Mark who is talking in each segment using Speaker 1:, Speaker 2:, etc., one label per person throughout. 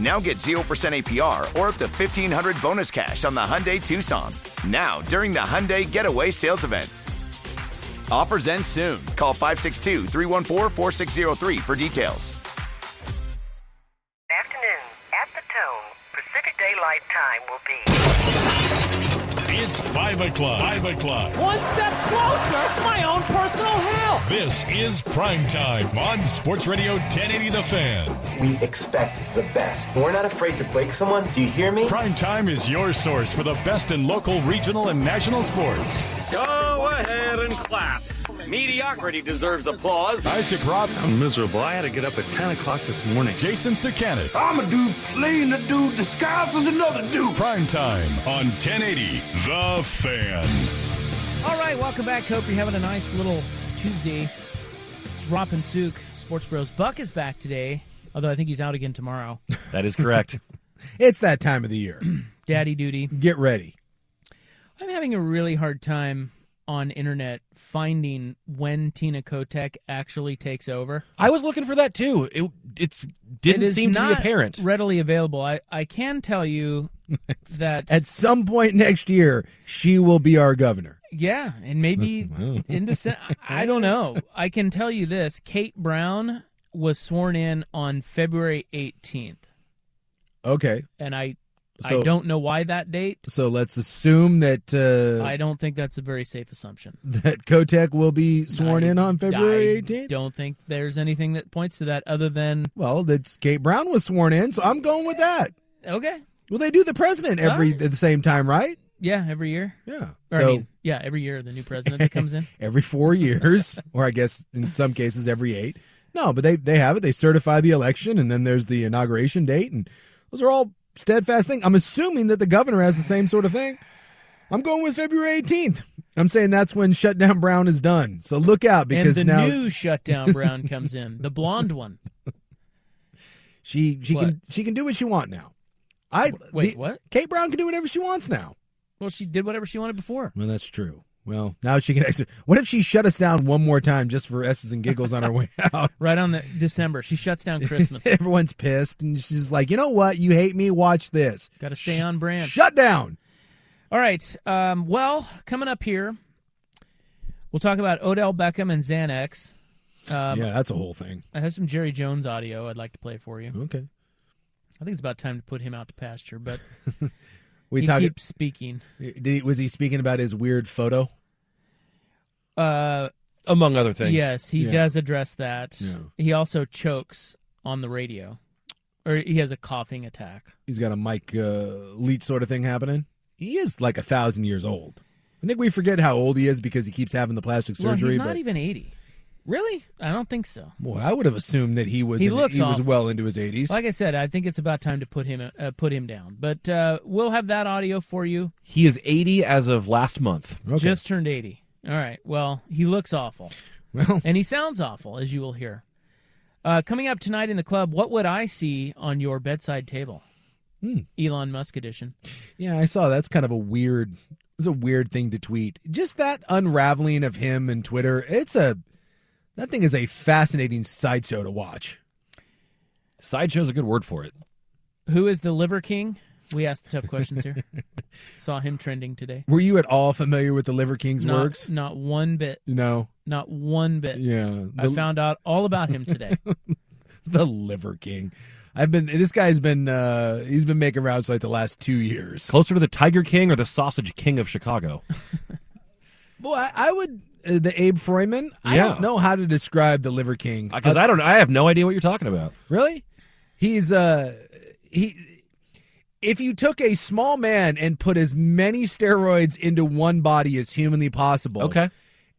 Speaker 1: Now get 0% APR or up to 1500 bonus cash on the Hyundai Tucson. Now, during the Hyundai Getaway Sales Event. Offers end soon. Call 562 314 4603 for details.
Speaker 2: Afternoon, at the tone, Pacific Daylight Time will be.
Speaker 3: It's 5 o'clock. 5 o'clock.
Speaker 4: One step closer to my own personal hell.
Speaker 3: This is prime time on Sports Radio 1080 The Fan.
Speaker 5: We expect the best. We're not afraid to break someone. Do you hear me?
Speaker 3: Prime time is your source for the best in local, regional, and national sports.
Speaker 4: Go ahead and clap. Mediocrity deserves applause.
Speaker 3: Isaac Rob,
Speaker 6: I'm miserable. I had to get up at 10 o'clock this morning.
Speaker 3: Jason Sakanik.
Speaker 7: I'm a dude playing a dude disguised as another dude.
Speaker 3: Prime time on 1080 The Fan.
Speaker 8: All right, welcome back. Hope you're having a nice little Tuesday. It's Romp and Sook, Sports Bros. Buck is back today, although I think he's out again tomorrow.
Speaker 9: That is correct.
Speaker 10: It's that time of the year.
Speaker 8: Daddy duty.
Speaker 10: Get ready.
Speaker 8: I'm having a really hard time on internet finding when Tina Kotek actually takes over.
Speaker 9: I was looking for that too. It it's, didn't
Speaker 8: It is
Speaker 9: seem to be
Speaker 8: not
Speaker 9: apparent.
Speaker 8: Readily available. I, I can tell you that
Speaker 10: At some point next year, she will be our governor.
Speaker 8: yeah, and maybe in December. I don't know. I can tell you this: Kate Brown was sworn in on February 18th,
Speaker 10: Okay.
Speaker 8: and I
Speaker 10: So-
Speaker 8: I don't know why that date.
Speaker 10: So let's assume that uh,
Speaker 8: I don't think that's a very safe assumption.
Speaker 10: that Kotek will be sworn in on February
Speaker 8: I
Speaker 10: 18th.
Speaker 8: Don't think there's anything that points to that other than
Speaker 10: Well, that's Kate Brown was sworn in, so I'm going with that.
Speaker 8: okay,
Speaker 10: Well, they do the president every
Speaker 8: All
Speaker 10: at the same time, right?
Speaker 8: yeah, every year.
Speaker 10: Yeah.
Speaker 8: Or, I mean, yeah, every year the new president that comes in.
Speaker 10: every four years, or I guess in some cases every eight. No, but they they have it. They certify the election, and then there's the inauguration date, and those are all steadfast things. I'm assuming that the governor has the same sort of thing. I'm going with February 18th. I'm saying that's when shutdown Brown is done. So look out because
Speaker 8: and the
Speaker 10: now
Speaker 8: new shutdown Brown comes in, the blonde one.
Speaker 10: she she
Speaker 8: What?
Speaker 10: can she can do what she want now. I
Speaker 8: Wait,
Speaker 10: the-
Speaker 8: what?
Speaker 10: Kate Brown can do whatever she wants now.
Speaker 8: Well, she did whatever she wanted before.
Speaker 10: Well, that's true. Well, now she can actually. What if she shut us down one more time just for s's and giggles on our way out?
Speaker 8: Right on the December, she shuts down Christmas.
Speaker 10: Everyone's pissed, and she's like, "You know what? You hate me. Watch this.
Speaker 8: Got to stay on brand.
Speaker 10: Shut down."
Speaker 8: All right. Um, well, coming up here, we'll talk about Odell Beckham and Xanax. Um,
Speaker 10: yeah, that's a whole thing.
Speaker 8: I have some Jerry Jones audio I'd like to play for you.
Speaker 10: Okay,
Speaker 8: I think it's about time to put him out to pasture, but
Speaker 10: we
Speaker 8: he
Speaker 10: talked.
Speaker 8: keeps speaking.
Speaker 10: Did he, was he speaking about his weird photo?
Speaker 8: Uh,
Speaker 9: Among other things.
Speaker 8: yes, he
Speaker 10: Yeah.
Speaker 8: does address that.
Speaker 10: Yeah.
Speaker 8: He also chokes on the radio, or he has a coughing attack.
Speaker 10: He's got a Mike uh, Leach sort of thing happening. He is like a thousand years old. I think we forget how old he is because he keeps having the plastic
Speaker 8: well,
Speaker 10: surgery.
Speaker 8: he's not e-
Speaker 10: but
Speaker 8: even eighty.
Speaker 10: really.
Speaker 8: I don't think so.
Speaker 10: Boy, I would have assumed that he was.
Speaker 8: He
Speaker 10: in-
Speaker 8: looks
Speaker 10: he was
Speaker 8: awful.
Speaker 10: well into his eighties.
Speaker 8: Like I said, I think it's about time to put him uh, put him down. But uh, we'll have that audio for you.
Speaker 9: He is 80 as of last month.
Speaker 10: okay.
Speaker 8: Just turned 80. All right. Well, he looks awful.
Speaker 10: well,
Speaker 8: And he sounds awful, as you will hear. Uh, coming up tonight in the club, what would I see on your bedside table?
Speaker 10: Hmm.
Speaker 8: Elon Musk edition.
Speaker 10: Yeah, I saw that's kind of a weird it's a weird thing to tweet. Just that unraveling of him and Twitter. It's a that thing is a fascinating sideshow to watch.
Speaker 9: Sideshow's a good word for it.
Speaker 8: Who is the Liver King? We asked the tough questions here. Saw him trending today.
Speaker 10: Were you at all familiar with the Liver King's
Speaker 8: not,
Speaker 10: works?
Speaker 8: Not one bit.
Speaker 10: No.
Speaker 8: Not one bit.
Speaker 10: Yeah.
Speaker 8: I found out all about him today.
Speaker 10: the Liver King. I've been this guy's been uh he's been making rounds like the last two years.
Speaker 9: Closer to the Tiger King or the Sausage King of Chicago?
Speaker 10: Well, I, I would uh, the Abe Freeman. I
Speaker 9: Yeah.
Speaker 10: don't know how to describe the Liver King
Speaker 9: Because I don't. I have no idea what you're talking about.
Speaker 10: Really? He's uh he if you took a small man and put as many steroids into one body as humanly possible.
Speaker 9: Okay.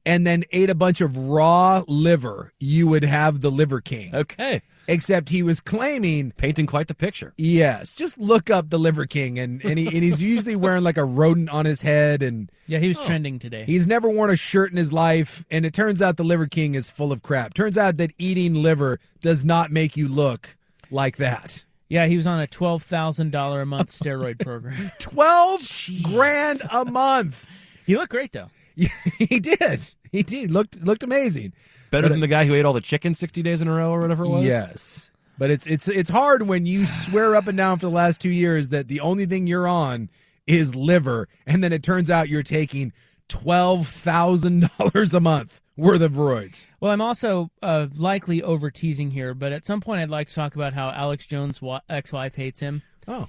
Speaker 10: And then ate a bunch of raw liver, you would have the liver king.
Speaker 9: Okay.
Speaker 10: Except he was claiming
Speaker 9: painting quite the picture.
Speaker 10: Yes. Just look up the liver king and, and he and he's usually wearing like a rodent on his head and
Speaker 8: Yeah, he was trending today.
Speaker 10: He's never worn a shirt in his life, and it turns out the Liver King is full of crap. Turns out that eating liver does not make you look like that.
Speaker 8: yeah, he was on a twelve thousand dollar a month steroid program.
Speaker 10: 12 grand a month.
Speaker 8: He looked great though.
Speaker 10: he did. He did. Looked looked amazing.
Speaker 9: Better
Speaker 10: But
Speaker 9: than the guy who ate all the chicken 60 days in a row or whatever it was?
Speaker 10: Yes. But it's it's it's hard when you swear up and down for the last 2 years that the only thing you're on is liver and then it turns out you're taking $12,000 a month worth of roids.
Speaker 8: Well, I'm also uh, likely over teasing here, but at some point I'd like to talk about how Alex Jones' wa- ex-wife hates him.
Speaker 10: Oh,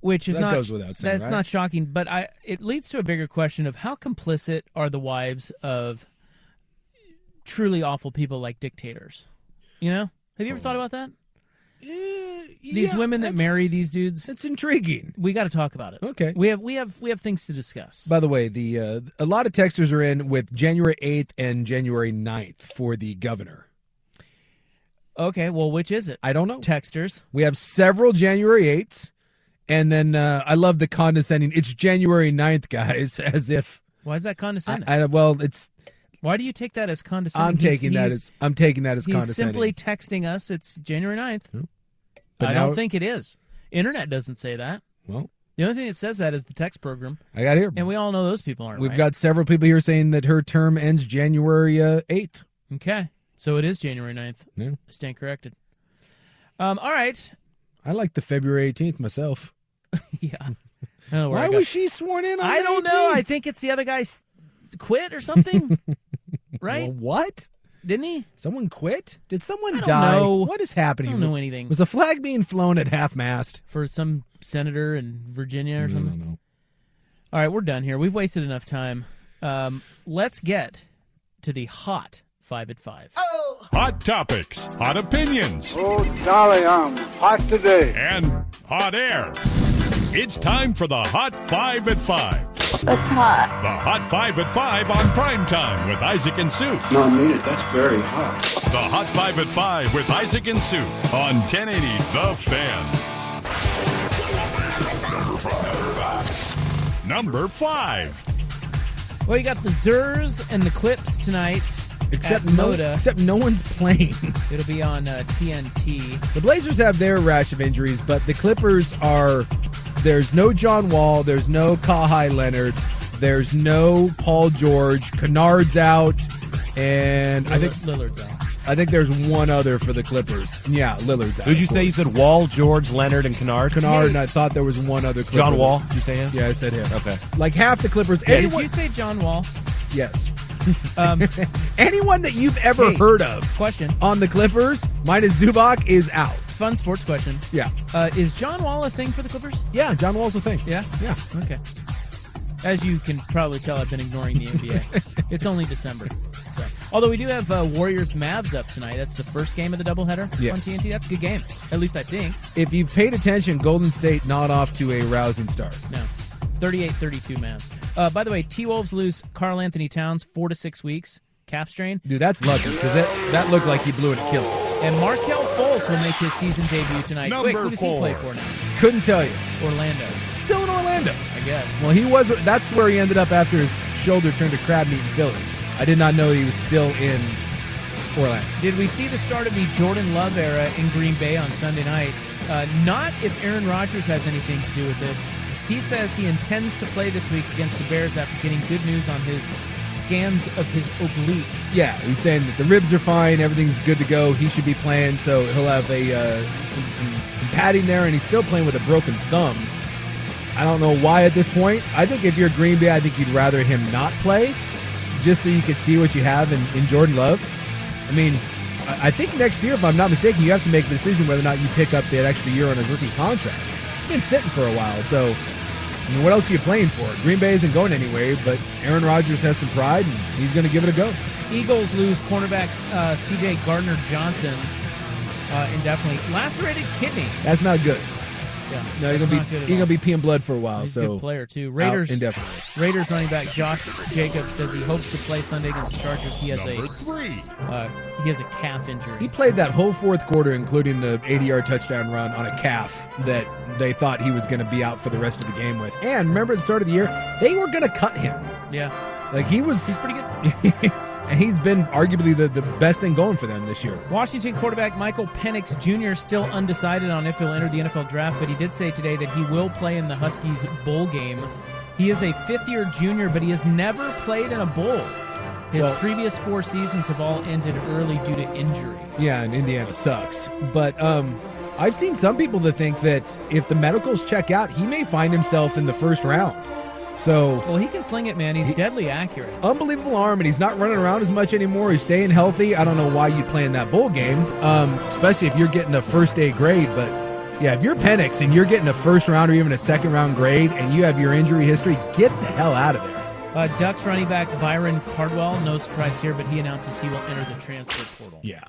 Speaker 8: which is
Speaker 10: That
Speaker 8: not
Speaker 10: goes without saying,
Speaker 8: That's
Speaker 10: right?
Speaker 8: not shocking, but I it leads to a bigger question of how complicit are the wives of truly awful people like dictators. You know, have you ever thought about that? These
Speaker 10: Oh, yeah,
Speaker 8: women that
Speaker 10: that's-
Speaker 8: marry these dudes.
Speaker 10: It's intriguing.
Speaker 8: We got to talk about it.
Speaker 10: Okay.
Speaker 8: We have we have we have things to discuss.
Speaker 10: By the way, the uh, a lot of texters are in with January 8th and January 9th for the governor.
Speaker 8: Okay, well, which is it?
Speaker 10: I don't know.
Speaker 8: Texters.
Speaker 10: We have several January 8th, and then uh, I love the condescending. It's January 9th, guys, as if
Speaker 8: Why is that
Speaker 10: I,
Speaker 8: condescending?
Speaker 10: I- well, it's
Speaker 8: Why do you take that as condescending?
Speaker 10: I'm
Speaker 8: He's-
Speaker 10: taking that
Speaker 8: he's-
Speaker 10: as I'm taking that as
Speaker 8: he's
Speaker 10: condescending. Hmm.
Speaker 8: simply texting us. It's January 9th.
Speaker 10: But
Speaker 8: I
Speaker 10: now-
Speaker 8: don't think it is. Internet doesn't say that.
Speaker 10: Well,
Speaker 8: the only thing that says that is the text program,
Speaker 10: I got here.
Speaker 8: and we all know those people aren't.
Speaker 10: We've
Speaker 8: right.
Speaker 10: got several people here saying that her term ends January uh, 8th.
Speaker 8: okay, so it is January 9th.
Speaker 10: Yeah.
Speaker 8: I stand corrected. Um, all right.
Speaker 10: I like the February 18th myself.
Speaker 8: yeah. I don't know where
Speaker 10: Why
Speaker 8: I got-
Speaker 10: was she sworn in? On
Speaker 8: I
Speaker 10: the
Speaker 8: don't know.
Speaker 10: 18th?
Speaker 8: I think it's the other guy's quit or something, right?
Speaker 10: Well, what?
Speaker 8: Didn't he?
Speaker 10: Someone quit? Did
Speaker 8: I
Speaker 10: someone
Speaker 8: don't
Speaker 10: die?
Speaker 8: know.
Speaker 10: What is happening?
Speaker 8: I don't know anything.
Speaker 10: Was a flag being flown at half mast? Mm,
Speaker 8: For some senator in Virginia or something.
Speaker 10: know.
Speaker 8: All right, we're done here. We've wasted enough time. Um, let's get to the hot five at five.
Speaker 3: Hot topics, hot opinions,
Speaker 11: Oh, golly, I'm hot today.
Speaker 3: and hot air. It's time for the Hot Five at Five.
Speaker 11: That's hot.
Speaker 3: The Hot Five at Five on prime time with Isaac and Sue.
Speaker 11: No, I mean it. That's very hot.
Speaker 3: The Hot Five at Five with Isaac and Sue on 1080 The Fan. Number five. Number five. Number five.
Speaker 8: Well, you got the Zers and the Clips tonight.
Speaker 10: Except
Speaker 8: at
Speaker 10: no,
Speaker 8: Moda.
Speaker 10: except no one's playing.
Speaker 8: It'll be on uh, TNT.
Speaker 10: the Blazers have their rash of injuries, but the Clippers are. There's no John Wall. There's no Kawhi Leonard. There's no Paul George. Kennard's out, and I think
Speaker 8: Lillard's out.
Speaker 10: I think there's one other for the Clippers. Yeah, Lillard's out.
Speaker 9: Who'd you
Speaker 10: of
Speaker 9: say? You
Speaker 10: course.
Speaker 9: said Wall, George, Leonard, and Kennard?
Speaker 10: Kennard? And I thought there was one other. Clipper
Speaker 9: John Wall?
Speaker 10: that-
Speaker 9: Did you say him?
Speaker 10: Yeah, I said him.
Speaker 9: Okay.
Speaker 10: Like half the Clippers.
Speaker 8: Hey, did
Speaker 10: anyone?
Speaker 8: you say John Wall?
Speaker 10: yes.
Speaker 8: Um,
Speaker 10: Anyone that you've ever
Speaker 8: Hey,
Speaker 10: heard of
Speaker 8: question
Speaker 10: on the Clippers, minus Zubac, is out.
Speaker 8: Fun sports question.
Speaker 10: Yeah.
Speaker 8: Uh, is John Wall a thing for the Clippers?
Speaker 10: Yeah, John Wall's a thing.
Speaker 8: Yeah?
Speaker 10: Yeah.
Speaker 8: Okay. As you can probably tell, I've been ignoring the NBA. it's only December. So. Although we do have uh, Warriors Mavs up tonight. That's the first game of the doubleheader on
Speaker 10: Yes.
Speaker 8: TNT. That's a good game. At least I think.
Speaker 10: If you've paid attention, Golden State not off to a rousing start.
Speaker 8: No. 38 32 Mavs. Uh, by the way, T Wolves lose Carl Anthony Towns four to six weeks, calf strain.
Speaker 10: Dude, that's lucky because that, that looked like he blew an Achilles.
Speaker 8: And Markel Foles will make his season debut tonight. Wait,
Speaker 10: Number
Speaker 8: who does he
Speaker 10: four.
Speaker 8: play for now?
Speaker 10: Couldn't tell you.
Speaker 8: Orlando,
Speaker 10: Still in Orlando.
Speaker 8: I guess.
Speaker 10: Well, he was. That's where he ended up after his shoulder turned to crab meat in Philly. I did not know he was still in Orlando.
Speaker 8: Did we see the start of the Jordan Love era in Green Bay on Sunday night? Uh, not if Aaron Rodgers has anything to do with this. He says he intends to play this week against the Bears after getting good news on his s- scans of his oblique.
Speaker 10: Yeah, he's saying that the ribs are fine, everything's good to go. He should be playing, so he'll have a uh, some, some some padding there, and he's still playing with a broken thumb. I don't know why at this point. I think if you're Green Bay, I think you'd rather him not play, just so you could see what you have in, in Jordan Love. I mean, I I think next year, if I'm not mistaken, you have to make the decision whether or not you pick up that extra year on his rookie contract. He's been sitting for a while, so I mean, what else are you playing for? Green Bay isn't going anywhere, but Aaron Rodgers has some pride, and he's going to give it a go.
Speaker 8: Eagles lose cornerback uh, C.J. Gardner Johnson uh, indefinitely. Lacerated kidney.
Speaker 10: That's not good.
Speaker 8: Yeah,
Speaker 10: No,
Speaker 8: that's
Speaker 10: you're gonna
Speaker 8: not
Speaker 10: be
Speaker 8: good at
Speaker 10: you're gonna
Speaker 8: all.
Speaker 10: be peeing blood for a while.
Speaker 8: He's a
Speaker 10: so
Speaker 8: good player too.
Speaker 10: out
Speaker 8: Raiders
Speaker 10: indefinitely.
Speaker 8: Raiders running back Josh Jacobs says he hopes to play Sunday against the Chargers. He has a
Speaker 10: Number
Speaker 8: three. Uh, he has a calf injury.
Speaker 10: He played that whole fourth quarter, including the 80-yard touchdown run on a calf that they thought he was going to be out for the rest of the game with. And remember, at the start of the year, they were going to cut him.
Speaker 8: Yeah,
Speaker 10: Like he was,
Speaker 8: he's pretty good.
Speaker 10: and he's been arguably the, the best thing going for them this year.
Speaker 8: Washington quarterback Michael Penix Jr. still undecided on if he'll enter the NFL draft, but he did say today that he will play in the Huskies bowl game. He is a fifth-year junior, but he has never played in a bowl. His
Speaker 10: Well-
Speaker 8: previous four seasons have all ended early due to injury.
Speaker 10: Yeah, and Indiana sucks. But um, I've seen some people that think that if the medicals check out, he may find himself in the first round. So
Speaker 8: Well, he can sling it, man. He's deadly accurate.
Speaker 10: unbelievable arm, and he's not running around as much anymore. He's staying healthy. I don't know why you'd play in that bowl game, um, especially if you're getting a first day grade. But yeah, if you're Penix and you're getting a first round or even a second round grade, and you have your injury history, get the hell out of there.
Speaker 8: Uh, Ducks running back Byron Cardwell, no surprise here, but he announces he will enter the transfer portal.
Speaker 10: Yeah,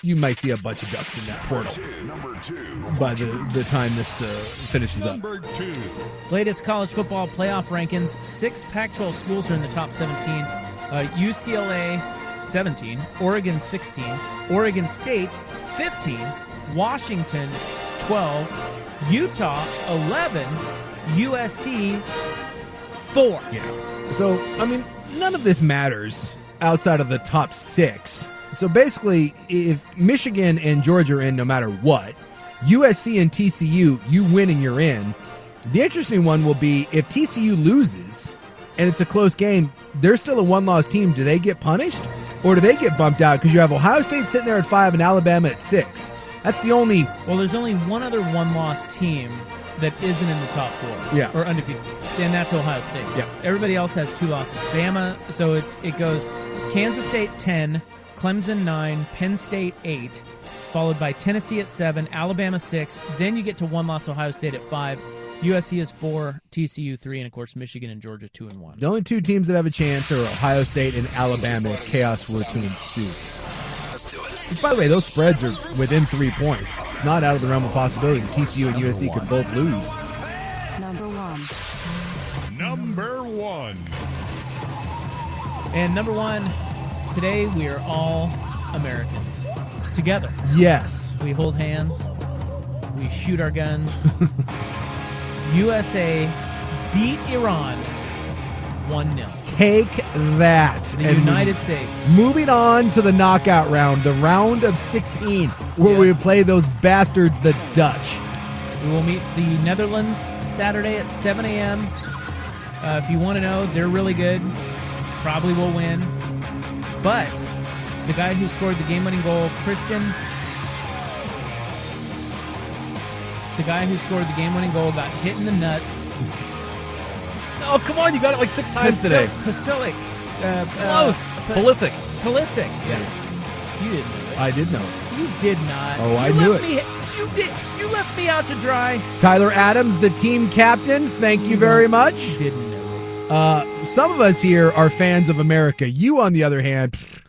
Speaker 10: you might see a bunch of ducks in that portal
Speaker 3: Number two.
Speaker 10: by the the time this uh, finishes up.
Speaker 3: Number two.
Speaker 8: Latest college football playoff rankings: six Pac-12 schools are in the top 17. Uh, UCLA 17, Oregon 16, Oregon State 15, Washington 12, Utah 11, USC 4.
Speaker 10: Yeah. So, I mean, none of this matters outside of the top six. So basically, if Michigan and Georgia are in no matter what, USC and TCU, you win and you're in. The interesting one will be if TCU loses and it's a close game, they're still a one loss team. Do they get punished or do they get bumped out? Because you have Ohio State sitting there at five and Alabama at six. That's the only
Speaker 8: Well, there's only one other one-loss team that isn't in the top four.
Speaker 10: Yeah.
Speaker 8: Or undefeated, and that's Ohio State.
Speaker 10: Yeah.
Speaker 8: Everybody else has two losses. Bama, so it's it goes Kansas State ten, Clemson nine, Penn State eight, followed by Tennessee at seven, Alabama six. Then you get to one loss Ohio State at five. USC is four, TCU three, and of course Michigan and Georgia two and one.
Speaker 10: The only two teams that have a chance are Ohio State and Alabama if chaos were to ensue. Which, by the way, those spreads are within three points. It's not out of the realm of possibility. that TCU and USC could both lose.
Speaker 12: Number one.
Speaker 3: Number one.
Speaker 8: And number one, today we are all Americans together.
Speaker 10: Yes.
Speaker 8: We hold hands. We shoot our guns. USA beat Iran 1 0.
Speaker 10: Take that.
Speaker 8: The United States.
Speaker 10: Moving on to the knockout round, the round of 16, where we play those bastards, the Dutch.
Speaker 8: We will meet the Netherlands Saturday at 7 a.m. Uh, if you want to know, they're really good. Probably will win. But the guy who scored the game winning goal, Christian. The guy who scored the game winning goal got hit in the nuts.
Speaker 9: Oh, come on. You got it like six times
Speaker 8: Pasi-
Speaker 9: today.
Speaker 8: Pasilic. Uh,
Speaker 9: Close.
Speaker 8: Uh,
Speaker 9: Pulisic.
Speaker 8: Polisic. Yeah. You didn't know it.
Speaker 10: I did know.
Speaker 8: You did not.
Speaker 10: Oh,
Speaker 8: you
Speaker 10: I knew
Speaker 8: left
Speaker 10: it.
Speaker 8: Me, you did. You left me out to dry.
Speaker 10: Tyler Adams, the team captain, thank you very much.
Speaker 8: Didn't know
Speaker 10: Uh, some of us here are fans of America. You, on the other hand, pfft,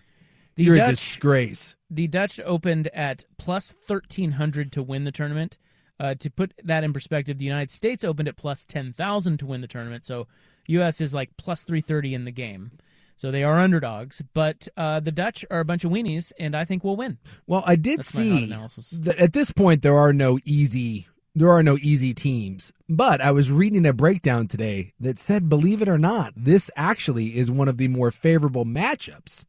Speaker 8: The
Speaker 10: you're a
Speaker 8: Dutch-
Speaker 10: disgrace.
Speaker 8: The Dutch opened at plus thirteen hundred to win the tournament. Uh, to put that in perspective, the United States opened at plus ten thousand to win the tournament. So U.S. is like plus three thirty in the game. So they are underdogs, but uh, the Dutch are a bunch of weenies, and I think we'll win.
Speaker 10: Well, I did
Speaker 8: That's my hot
Speaker 10: see
Speaker 8: analysis.
Speaker 10: that at this point there are no easy there are no easy teams. But I was reading a breakdown today that said, believe it or not, this actually is one of the more favorable matchups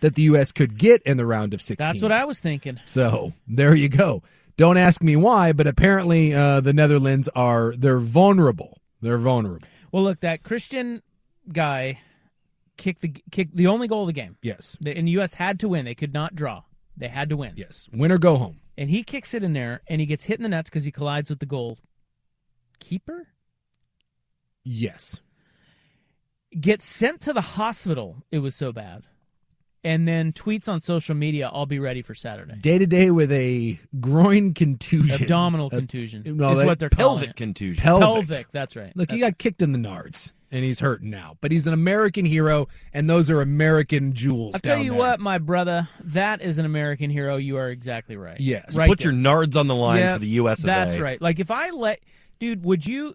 Speaker 10: that the U.S. could get in the round of 16.
Speaker 8: That's what I was thinking.
Speaker 10: So there you go. Don't ask me why, but apparently uh, the Netherlands are they're vulnerable. They're vulnerable.
Speaker 8: Well, look, that Christian guy kick the kick the only goal of the game.
Speaker 10: Yes.
Speaker 8: The, and the U.S. had to win. They could not draw. They had to win.
Speaker 10: Yes. Win or go home.
Speaker 8: And he kicks it in there, and he gets hit in the nuts because he collides with the goal keeper.
Speaker 10: Yes.
Speaker 8: Gets sent to the hospital. It was so bad. And then tweets on social media, "I'll be ready for Saturday."
Speaker 10: Day to day with a groin contusion,
Speaker 8: abdominal
Speaker 10: A-
Speaker 8: contusion.
Speaker 10: no,
Speaker 8: is
Speaker 10: that-
Speaker 8: what they're calling it. Pelvic. That's right.
Speaker 10: Look, he
Speaker 8: That's-
Speaker 10: got kicked in the nards, and he's hurting now. But he's an American hero, and those are American jewels.
Speaker 8: I'll tell
Speaker 10: down
Speaker 8: you
Speaker 10: there.
Speaker 8: what, my brother, that is an American hero. You are exactly right.
Speaker 10: Yes.
Speaker 8: Right
Speaker 10: Put
Speaker 8: there.
Speaker 9: your nards on the line
Speaker 8: Yeah,
Speaker 9: for the US of
Speaker 8: That's
Speaker 9: A.
Speaker 8: right. Like if I let, dude, would you?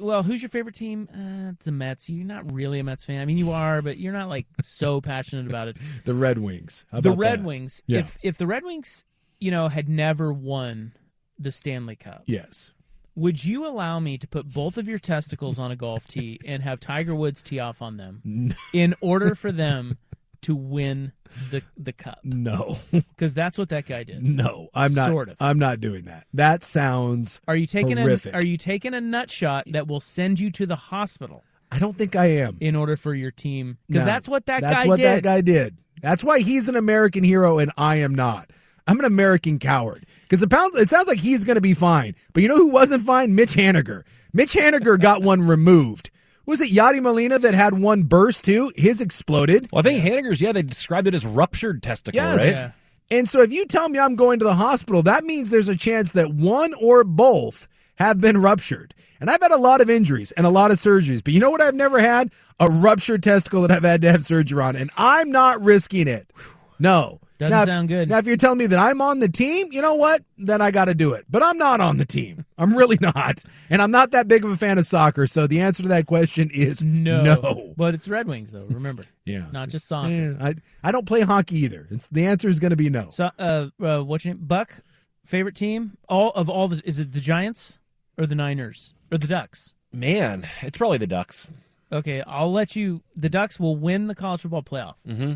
Speaker 8: Well, who's your favorite team? Uh, it's the Mets. You're not really a Mets fan. I mean, you are, but you're not like so passionate about it.
Speaker 10: The Red Wings. How
Speaker 8: the
Speaker 10: about
Speaker 8: Red
Speaker 10: that?
Speaker 8: Wings.
Speaker 10: Yeah.
Speaker 8: If if the Red Wings, you know, had never won the Stanley Cup,
Speaker 10: yes.
Speaker 8: would you allow me to put both of your testicles on a golf tee and have Tiger Woods tee off on them in order for them to win the the cup?
Speaker 10: No.
Speaker 8: Because that's what that guy did.
Speaker 10: No, I'm not.
Speaker 8: Sort of.
Speaker 10: I'm not doing that. That sounds.
Speaker 8: Are you taking
Speaker 10: horrific.
Speaker 8: a Are you taking a nut shot that will send you to the hospital
Speaker 10: I don't think I am.
Speaker 8: in order for your team? Because
Speaker 10: No.
Speaker 8: that's what that
Speaker 10: That's
Speaker 8: guy
Speaker 10: what
Speaker 8: did.
Speaker 10: that guy did. That's why he's an American hero and I am not. I'm an American coward. Because it, pound- it sounds like he's going to be fine. But you know who wasn't fine? Mitch Haniger. Mitch Haniger got one removed. Was it Yadi Molina that had one burst too? His exploded.
Speaker 9: Well, I think Haniger's, yeah, they described it as ruptured testicle,
Speaker 10: Yes.
Speaker 9: right?
Speaker 10: And so if you tell me I'm going to the hospital, that means there's a chance that one or both have been ruptured. And I've had a lot of injuries and a lot of surgeries, but you know what I've never had? A ruptured testicle that I've had to have surgery on, and I'm not risking it. No.
Speaker 8: Doesn't
Speaker 10: Now if-
Speaker 8: sound good.
Speaker 10: Now, if you're telling me that I'm on the team, you know what? Then I got to do it. But I'm not on the team. I'm really not. And I'm not that big of a fan of soccer. So the answer to that question is
Speaker 8: no.
Speaker 10: no.
Speaker 8: but it's Red Wings though. Remember,
Speaker 10: Yeah.
Speaker 8: not just soccer.
Speaker 10: Yeah, I, I don't play hockey either. It's, the answer is going to be no.
Speaker 8: So, uh, uh, what's your name? Buck, favorite team? All of all the is it the Giants or the Niners or the Ducks?
Speaker 9: Man, it's probably the Ducks.
Speaker 8: Okay, I'll let you. The Ducks will win the college football playoff,
Speaker 9: Mm-hmm.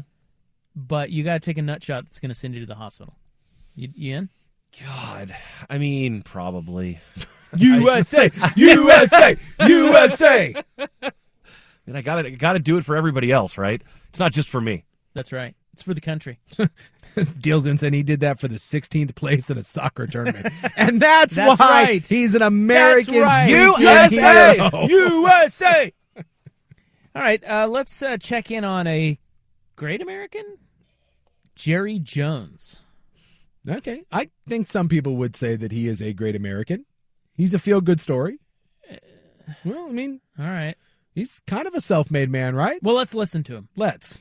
Speaker 8: but you got to take a nut shot that's going to send you to the hospital. You, you in?
Speaker 9: God, I mean, probably.
Speaker 10: USA,
Speaker 9: USA, USA. I mean, I gotta gotta do it for everybody else, right? It's not just for me.
Speaker 8: That's right. It's for the country.
Speaker 10: Deals and he did that for the 16th place in a soccer tournament. and that's,
Speaker 8: That's
Speaker 10: why
Speaker 8: right.
Speaker 10: he's an American
Speaker 8: right.
Speaker 10: freaking
Speaker 8: USA,
Speaker 10: hero.
Speaker 9: USA.
Speaker 8: All right, uh, let's uh, check in on a great American, Jerry Jones.
Speaker 10: Okay. I think some people would say that he is a great American. He's a feel good story. Well, I mean,
Speaker 8: Uh, All right.
Speaker 10: he's kind of a self made man, right?
Speaker 8: Well, let's listen to him.
Speaker 10: Let's.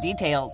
Speaker 13: details.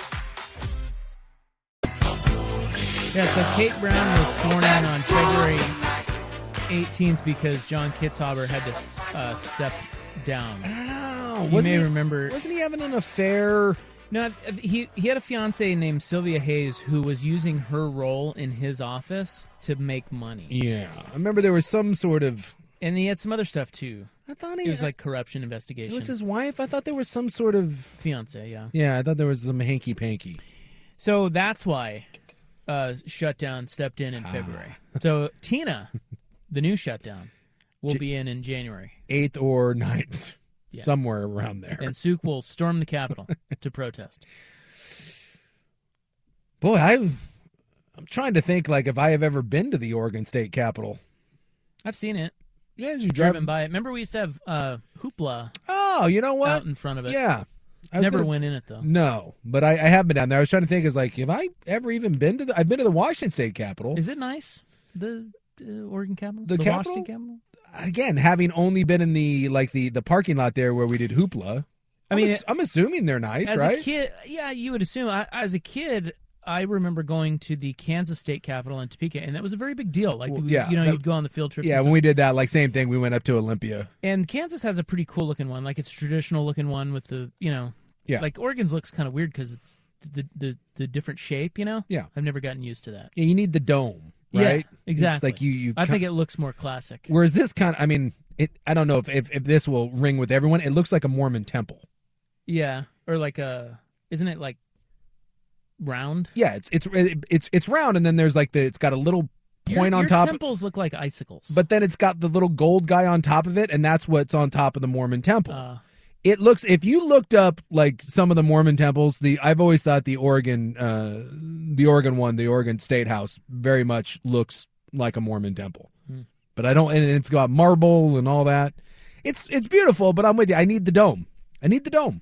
Speaker 8: Yeah, so Kate Brown was sworn in on February 18th because John Kitzhaber had to uh, step down.
Speaker 10: Oh,
Speaker 8: you
Speaker 10: wasn't
Speaker 8: may
Speaker 10: he-
Speaker 8: remember.
Speaker 10: Wasn't he having an affair?
Speaker 8: No, he he had a fiance named Sylvia Hayes who was using her role in his office to make money.
Speaker 10: Yeah, I remember there was some sort of.
Speaker 8: And he had some other stuff too. I
Speaker 10: thought
Speaker 8: it was like corruption investigation.
Speaker 10: It was his wife. I thought there was some sort of
Speaker 8: fiance. Yeah.
Speaker 10: Yeah, I thought there was some hanky panky.
Speaker 8: So that's why uh, shutdown stepped in in
Speaker 10: Ah.
Speaker 8: February. So Tina, the new shutdown, will be in in January.
Speaker 10: Eighth or ninth,
Speaker 8: Yeah.
Speaker 10: somewhere around there.
Speaker 8: And Suk will storm the Capitol to protest.
Speaker 10: Boy, I, I'm trying to think like if I have ever been to the Oregon State Capitol.
Speaker 8: I've seen it.
Speaker 10: Yeah, you
Speaker 8: driven by it. Remember, we used to have uh, hoopla.
Speaker 10: Oh, you know what?
Speaker 8: Out in front of it.
Speaker 10: Yeah. I was
Speaker 8: Never
Speaker 10: gonna-
Speaker 8: went in it though.
Speaker 10: No, but I, I have been down there. I was trying to think, is like, have I ever even been to the? I've been to the Washington State Capitol.
Speaker 8: Is it nice? The uh, Oregon Capitol.
Speaker 10: The Capitol?
Speaker 8: Washington Capitol.
Speaker 10: Again, having only been in the like the the parking lot there where we did hoopla. I
Speaker 8: mean,
Speaker 10: I'm, ass- I'm assuming they're nice,
Speaker 8: as
Speaker 10: right?
Speaker 8: a kid, yeah, you would assume. I, as a kid, I remember going to the Kansas State Capitol in Topeka, and that was a very big deal. Like,
Speaker 10: Well,
Speaker 8: we-
Speaker 10: yeah,
Speaker 8: you know,
Speaker 10: that-
Speaker 8: you'd go on the field trip.
Speaker 10: yeah, when we did that, like same thing. We went up to Olympia.
Speaker 8: and Kansas has a pretty cool looking one. Like, it's a traditional looking one with the, you know,
Speaker 10: Yeah.
Speaker 8: Like Oregon's looks kind of weird because it's the, the the different shape. You know.
Speaker 10: Yeah.
Speaker 8: I've never gotten used to that.
Speaker 10: Yeah, you need the dome, right?
Speaker 8: Yeah, exactly.
Speaker 10: It's like you, you.
Speaker 8: I
Speaker 10: kin-
Speaker 8: think it looks more classic.
Speaker 10: Whereas this kind, I mean, it. I don't know if, if if this will ring with everyone. It looks like a Mormon temple.
Speaker 8: Yeah, or like a, isn't it like round?
Speaker 10: Yeah, it's it's it's it's round, and then there's like the it's got a little
Speaker 8: Your-
Speaker 10: point on
Speaker 8: your
Speaker 10: top.
Speaker 8: Temples look like icicles.
Speaker 10: But then it's got the little gold guy on top of it, and that's what's on top of the Mormon temple.
Speaker 8: Uh,
Speaker 10: it looks if you looked up like some of the Mormon temples, the I've always thought the Oregon uh the Oregon one, the Oregon State House, very much looks like a Mormon temple.
Speaker 8: Hmm.
Speaker 10: But I don't and it's got marble and all that. It's it's beautiful, but I'm with you. I need the dome. I need the dome.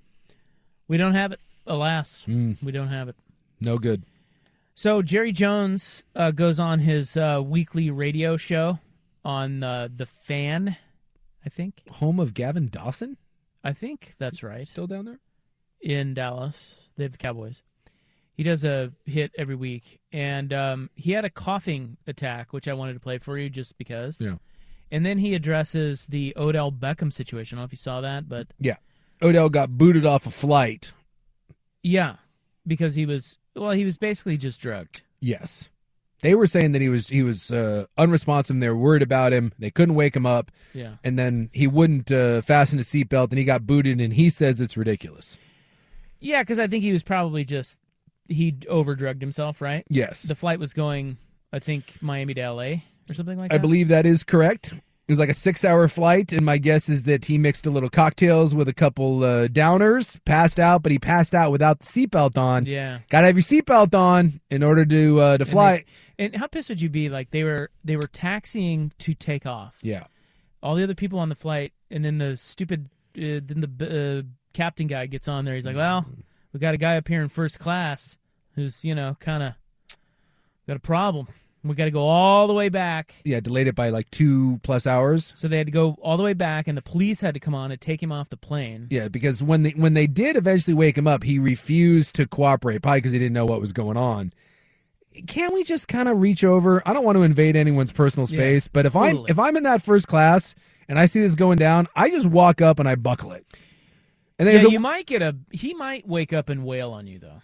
Speaker 8: We don't have it. Alas,
Speaker 10: Mm.
Speaker 8: we don't have it.
Speaker 10: No good.
Speaker 8: So Jerry Jones uh, goes on his uh, weekly radio show on uh, the Fan. I think.
Speaker 10: Home of Gavin Dawson?
Speaker 8: I think that's right.
Speaker 10: Still down there
Speaker 8: in Dallas. They have the Cowboys. He does a hit every week, and um, he had a coughing attack, which I wanted to play for you just because.
Speaker 10: Yeah.
Speaker 8: And then he addresses the Odell Beckham situation. I don't know if you saw that, but
Speaker 10: Yeah. Odell got booted off a flight.
Speaker 8: yeah, because he was well, he was basically just drugged.
Speaker 10: Yes. They were saying that he was he was uh, unresponsive. And they were worried about him. They couldn't wake him up.
Speaker 8: Yeah.
Speaker 10: And then he wouldn't uh, fasten his seatbelt, and he got booted. And he says it's ridiculous.
Speaker 8: Yeah, because I think he was probably just he overdrugged himself, right?
Speaker 10: Yes.
Speaker 8: The flight was going, I think, Miami to L.A. or something like
Speaker 10: I
Speaker 8: that.
Speaker 10: believe that is correct. It was like a six-hour flight, and my guess is that he mixed a little cocktails with a couple uh, downers, passed out, but he passed out without the seatbelt on.
Speaker 8: Yeah.
Speaker 10: Got to have your seatbelt on in order to uh, to
Speaker 8: And
Speaker 10: fly.
Speaker 8: they- And, how pissed would you be? Like they were they were taxiing to take off.
Speaker 10: yeah.
Speaker 8: All the other people on the flight, and then the stupid uh, then the uh, captain guy gets on there. He's like, "Well, we got a guy up here in first class who's you know kind of got a problem. We got to go all the way back."
Speaker 10: Yeah. Delayed it by like two plus hours.
Speaker 8: So they had to go all the way back, and the police had to come on and take him off the plane.
Speaker 10: Yeah, because when they when they did eventually wake him up, he refused to cooperate, probably because he didn't know what was going on. Can we just kind of reach over? I don't want to invade anyone's personal
Speaker 8: Yeah,
Speaker 10: space, but if I'm
Speaker 8: totally.
Speaker 10: if I'm in that first class and I see this going down, I just walk up and I buckle it. And
Speaker 8: yeah,
Speaker 10: there's a,
Speaker 8: you might get a. He might wake up and wail on you though,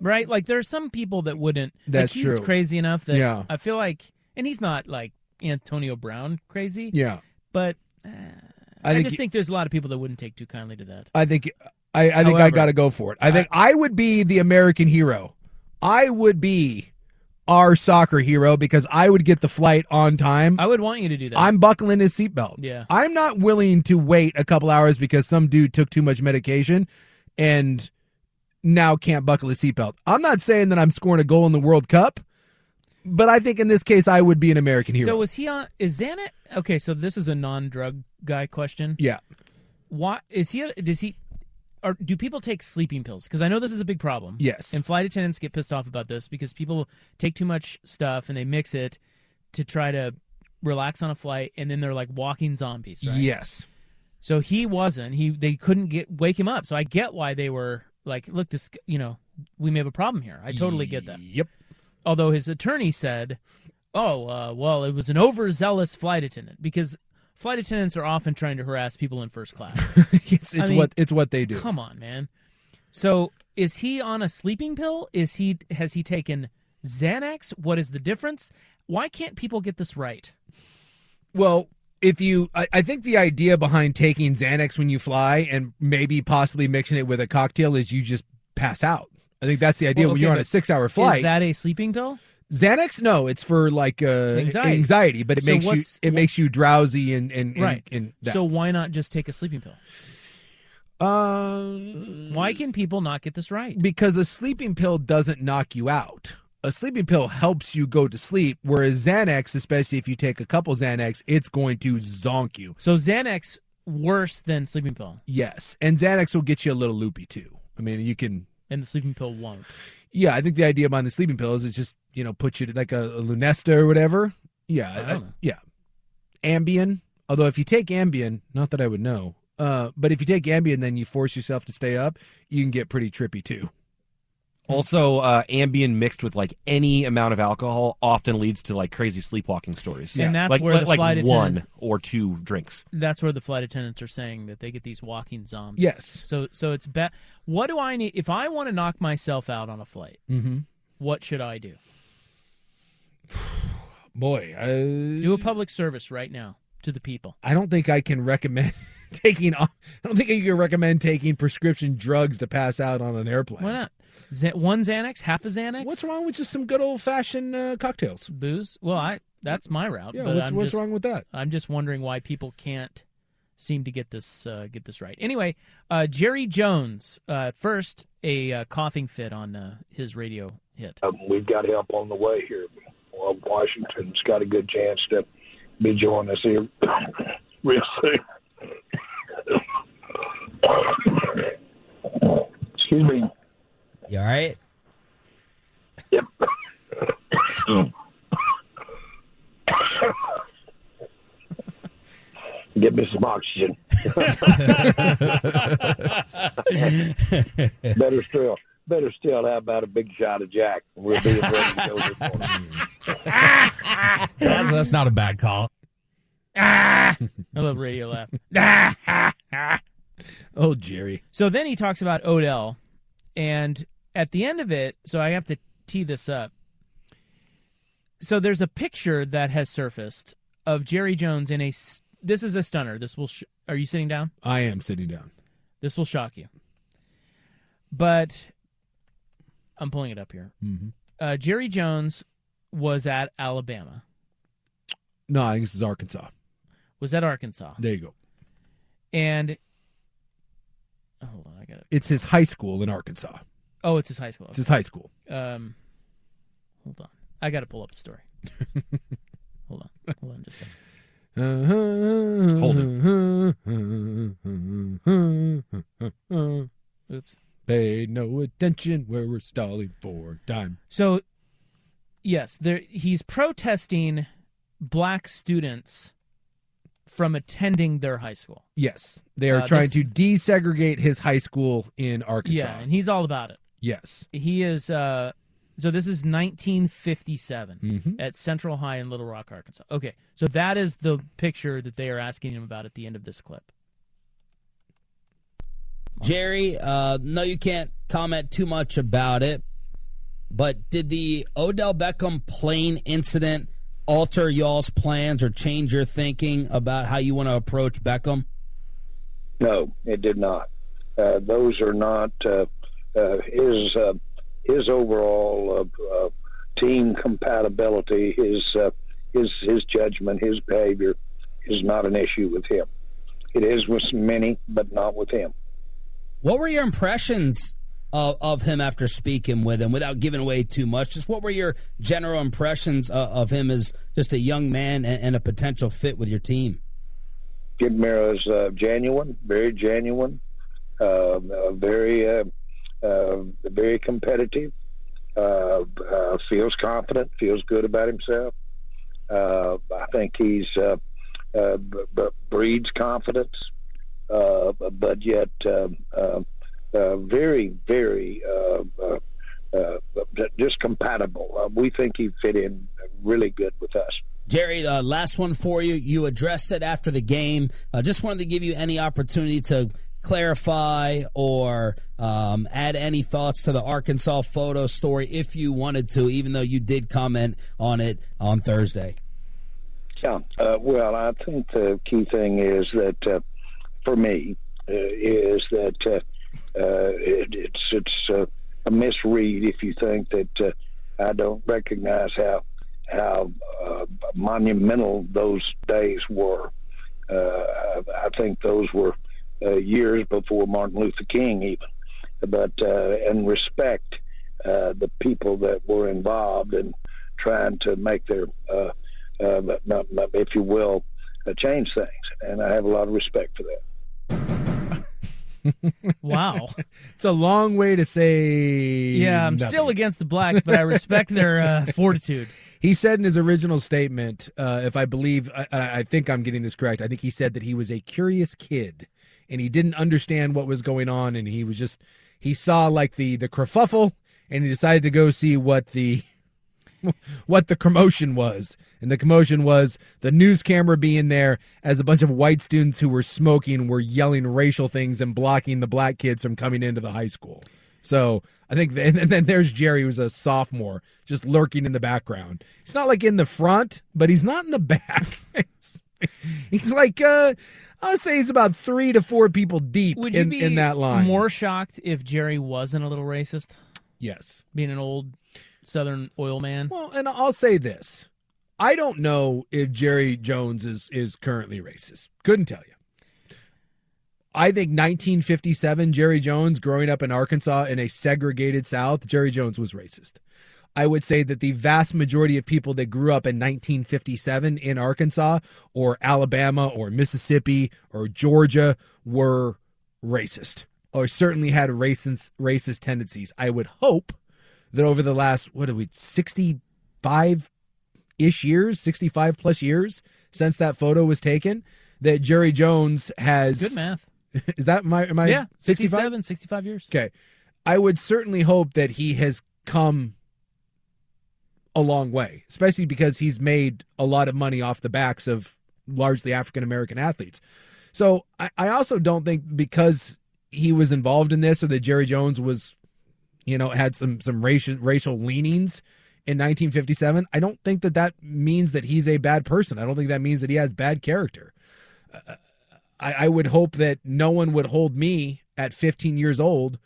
Speaker 8: right? Like there are some people that wouldn't. Like,
Speaker 10: That's
Speaker 8: he's
Speaker 10: true.
Speaker 8: Crazy enough that
Speaker 10: Yeah.
Speaker 8: I feel like, and he's not like Antonio Brown crazy.
Speaker 10: Yeah.
Speaker 8: but uh, I,
Speaker 10: think
Speaker 8: just
Speaker 10: you-
Speaker 8: think there's a lot of people that wouldn't take too kindly to that.
Speaker 10: I think I, I think I
Speaker 8: However,
Speaker 10: got to go for it. I think I, would be the American hero. I would be our soccer hero because I would get the flight on time.
Speaker 8: I would want you to do that.
Speaker 10: I'm buckling his seatbelt.
Speaker 8: Yeah.
Speaker 10: I'm not willing to wait a couple hours because some dude took too much medication and now can't buckle his seatbelt. I'm not saying that I'm scoring a goal in the World Cup, but I think in this case I would be an American hero.
Speaker 8: So was he on? Is Xanax? Okay, so this is a non-drug guy question.
Speaker 10: yeah.
Speaker 8: Why is he? Does he? Or do people take sleeping pills? Because I know this is a big problem.
Speaker 10: Yes.
Speaker 8: And flight attendants get pissed off about this because people take too much stuff and they mix it to try to relax on a flight, and then they're like walking zombies. Right?
Speaker 10: Yes.
Speaker 8: So he wasn't. He they couldn't get wake him up. So I get why they were like, look, this you know we may have a problem here. I totally get that.
Speaker 9: Yep.
Speaker 8: Although his attorney said, oh uh, well, it was an overzealous flight attendant because flight attendants are often trying to harass people in first class.
Speaker 10: it's it's what it's what they do.
Speaker 8: Come on, man. So is he on a sleeping pill? Is he has he taken Xanax? What is the difference? Why can't people get this right?
Speaker 10: Well, if you, I, I think the idea behind taking Xanax when you fly and maybe possibly mixing it with a cocktail is you just pass out. I think that's the idea
Speaker 8: Well,
Speaker 10: when
Speaker 8: okay,
Speaker 10: you're on
Speaker 8: but
Speaker 10: a six hour flight.
Speaker 8: Is that a sleeping pill?
Speaker 10: Xanax? No, it's for like uh,
Speaker 8: Anxiety.
Speaker 10: anxiety. but it
Speaker 8: So
Speaker 10: makes you
Speaker 8: what's-
Speaker 10: it makes you drowsy and and, and,
Speaker 8: right.
Speaker 10: and that.
Speaker 8: So why not just take a sleeping pill?
Speaker 10: Um,
Speaker 8: why can people not get this right?
Speaker 10: because a sleeping pill doesn't knock you out. A sleeping pill helps you go to sleep, whereas Xanax, especially if you take a couple Xanax, it's going to zonk you.
Speaker 8: So Xanax worse than sleeping pill,
Speaker 10: Yes, and Xanax will get you a little loopy too. I mean, you can.
Speaker 8: and the sleeping pill won't.
Speaker 10: Yeah, I think the idea behind the sleeping pill is it just you know puts you to like a, a Lunesta or whatever. Yeah,
Speaker 8: I don't know.
Speaker 10: yeah. Ambien. Although if you take Ambien, not that I would know, uh, but if you take Ambien, then you force yourself to stay up. You can get pretty trippy too.
Speaker 9: Also, uh, Ambien mixed with like any amount of alcohol often leads to like crazy sleepwalking stories.
Speaker 8: And that's
Speaker 9: like,
Speaker 8: where
Speaker 9: like,
Speaker 8: the
Speaker 9: like
Speaker 8: flight
Speaker 9: one
Speaker 8: attendant-
Speaker 9: or two drinks.
Speaker 8: That's where the flight attendants are saying that they get these walking zombies.
Speaker 9: Yes.
Speaker 8: So so it's bet. What do I need if I want to knock myself out on a flight?
Speaker 10: Mm-hmm.
Speaker 8: What should I do?
Speaker 10: Boy, I,
Speaker 8: Do a public service right now to the people.
Speaker 10: I don't think I can recommend taking. I don't think you can recommend taking prescription drugs to pass out on an airplane.
Speaker 8: Why not? Xan- one Xanax, half a Xanax.
Speaker 10: What's wrong with just some good old fashioned uh, cocktails?
Speaker 8: Booze. Well, I that's my route.
Speaker 10: Yeah,
Speaker 8: but
Speaker 10: what's-
Speaker 8: I'm
Speaker 10: what's
Speaker 8: just-
Speaker 10: wrong with that?
Speaker 8: I'm just wondering why people can't seem to get this uh, get this right. Anyway, uh, Jerry Jones uh, first a uh, coughing fit on uh, his radio hit.
Speaker 14: Um, we've got help on the way here. Well, Washington's got a good chance to be joining us here real soon. Excuse me.
Speaker 15: You all right?
Speaker 14: Yep. Get me some oxygen. better still, better still, how about a big shot of Jack? We'll be ready to go this morning.
Speaker 15: That's, that's not a bad call.
Speaker 8: I love radio laugh.
Speaker 10: oh, Jerry.
Speaker 8: So then he talks about Odell, and at the end of it, so I have to tee this up. So there's a picture that has surfaced of Jerry Jones in a. s- This is a stunner. This will. Sh- are you sitting down?
Speaker 10: I am sitting down.
Speaker 8: This will shock you. But I'm pulling it up here.
Speaker 10: Mhm.
Speaker 8: Uh, Jerry Jones was at Alabama.
Speaker 10: No, I think this is Arkansas.
Speaker 8: Was at Arkansas,
Speaker 10: There you go.
Speaker 8: and hold on, I got it.
Speaker 10: It's his high school in Arkansas.
Speaker 8: Oh, it's his high school.
Speaker 10: It's his high school.
Speaker 8: Um, hold on, I got to pull up the story. hold on, hold on, just a second.
Speaker 10: Hold
Speaker 8: it. Oops.
Speaker 10: Pay no attention where we're stalling for time.
Speaker 8: So, yes, there he's protesting black students from attending their high school.
Speaker 10: Yes, they are
Speaker 8: Uh,
Speaker 10: trying
Speaker 8: this-
Speaker 10: to desegregate his high school in Arkansas.
Speaker 8: Yeah, and he's all about it.
Speaker 10: Yes.
Speaker 8: He is. Uh, so this is 1957
Speaker 10: Mhm.
Speaker 8: at Central High in Little Rock, Arkansas. Okay, so that is the picture that they are asking him about at the end of this clip.
Speaker 15: Jerry, uh, no, you can't comment too much about it, but did the Odell Beckham plane incident alter y'all's plans or change your thinking about how you want to approach Beckham?
Speaker 14: No, it did not. Uh, those are not uh, uh, his uh, his overall uh, uh, team compatibility. His uh, his his judgment, his behavior is not an issue with him. It is with many, but not with him.
Speaker 15: What were your impressions of, of him after speaking with him without giving away too much? Just what were your general impressions of, of him as just a young man and, and a potential fit with your team?
Speaker 14: Jim Mira is uh, genuine, very genuine, uh, uh, very, uh, uh, very competitive. Uh, uh, feels confident, feels good about himself. Uh, I think he's uh, uh, b- b- breeds confidence. uh, but yet uh, uh, uh, very, very uh, uh, uh, just compatible. Uh, we think he fit in really good with us.
Speaker 15: Jerry, uh, last one for you. You addressed it after the game. Uh, just wanted to give you any opportunity to clarify or um, add any thoughts to the Arkansas photo story if you wanted to, even though you did comment on it on Thursday.
Speaker 14: Yeah. Uh, well, I think the key thing is that uh, for me uh, is that uh, uh, it, it's it's uh, a misread if you think that uh, I don't recognize how how uh, monumental those days were. Uh, I, I think those were uh, years before Martin Luther King, even. But uh, and respect uh, the people that were involved in trying to make their, uh, uh, not- not- if you will, uh, change things. And I have a lot of respect for that.
Speaker 8: Wow.
Speaker 10: it's a long way to say.
Speaker 8: Yeah, I'm
Speaker 10: nothing.
Speaker 8: still against the blacks, but I respect their uh, fortitude.
Speaker 10: He said in his original statement, uh, if I believe, I, I I think I'm getting this correct. I think he said that he was a curious kid, and he didn't understand what was going on, and he was just he saw like the the kerfuffle, and he decided to go see what the what the commotion was. And the commotion was the news camera being there as a bunch of white students who were smoking were yelling racial things and blocking the black kids from coming into the high school. So I think, and then there's Jerry, who's a sophomore, just lurking in the background. He's not like in the front, but he's not in the back. he's like, uh, I'll say he's about three to four people deep
Speaker 8: Would you
Speaker 10: in,
Speaker 8: be
Speaker 10: in that line.
Speaker 8: more shocked if Jerry wasn't a little racist?
Speaker 10: Yes.
Speaker 8: Being an old Southern oil man?
Speaker 10: Well, and I'll say this: I don't know if Jerry Jones is is currently racist. Couldn't tell you. I think 1957 Jerry Jones growing up in Arkansas in a segregated South, Jerry Jones was racist. I would say that the vast majority of people that grew up in 1957 in Arkansas or Alabama or Mississippi or Georgia were racist or certainly had racist racist tendencies. I would hope that over the last what are we 65 ish years 65 plus years since that photo was taken that jerry jones has
Speaker 8: Good math.
Speaker 10: is that my am i
Speaker 8: yeah,
Speaker 10: 65
Speaker 8: 67, 65 years.
Speaker 10: okay i would certainly hope that he has come a long way especially because he's made a lot of money off the backs of largely african american athletes so I, I also don't think because he was involved in this or that jerry jones was you know had some some racial racial leanings in 1957 i don't think that that means that he's a bad person i don't think that means that he has bad character Uh, I, I would hope that no one would hold me at 15 years old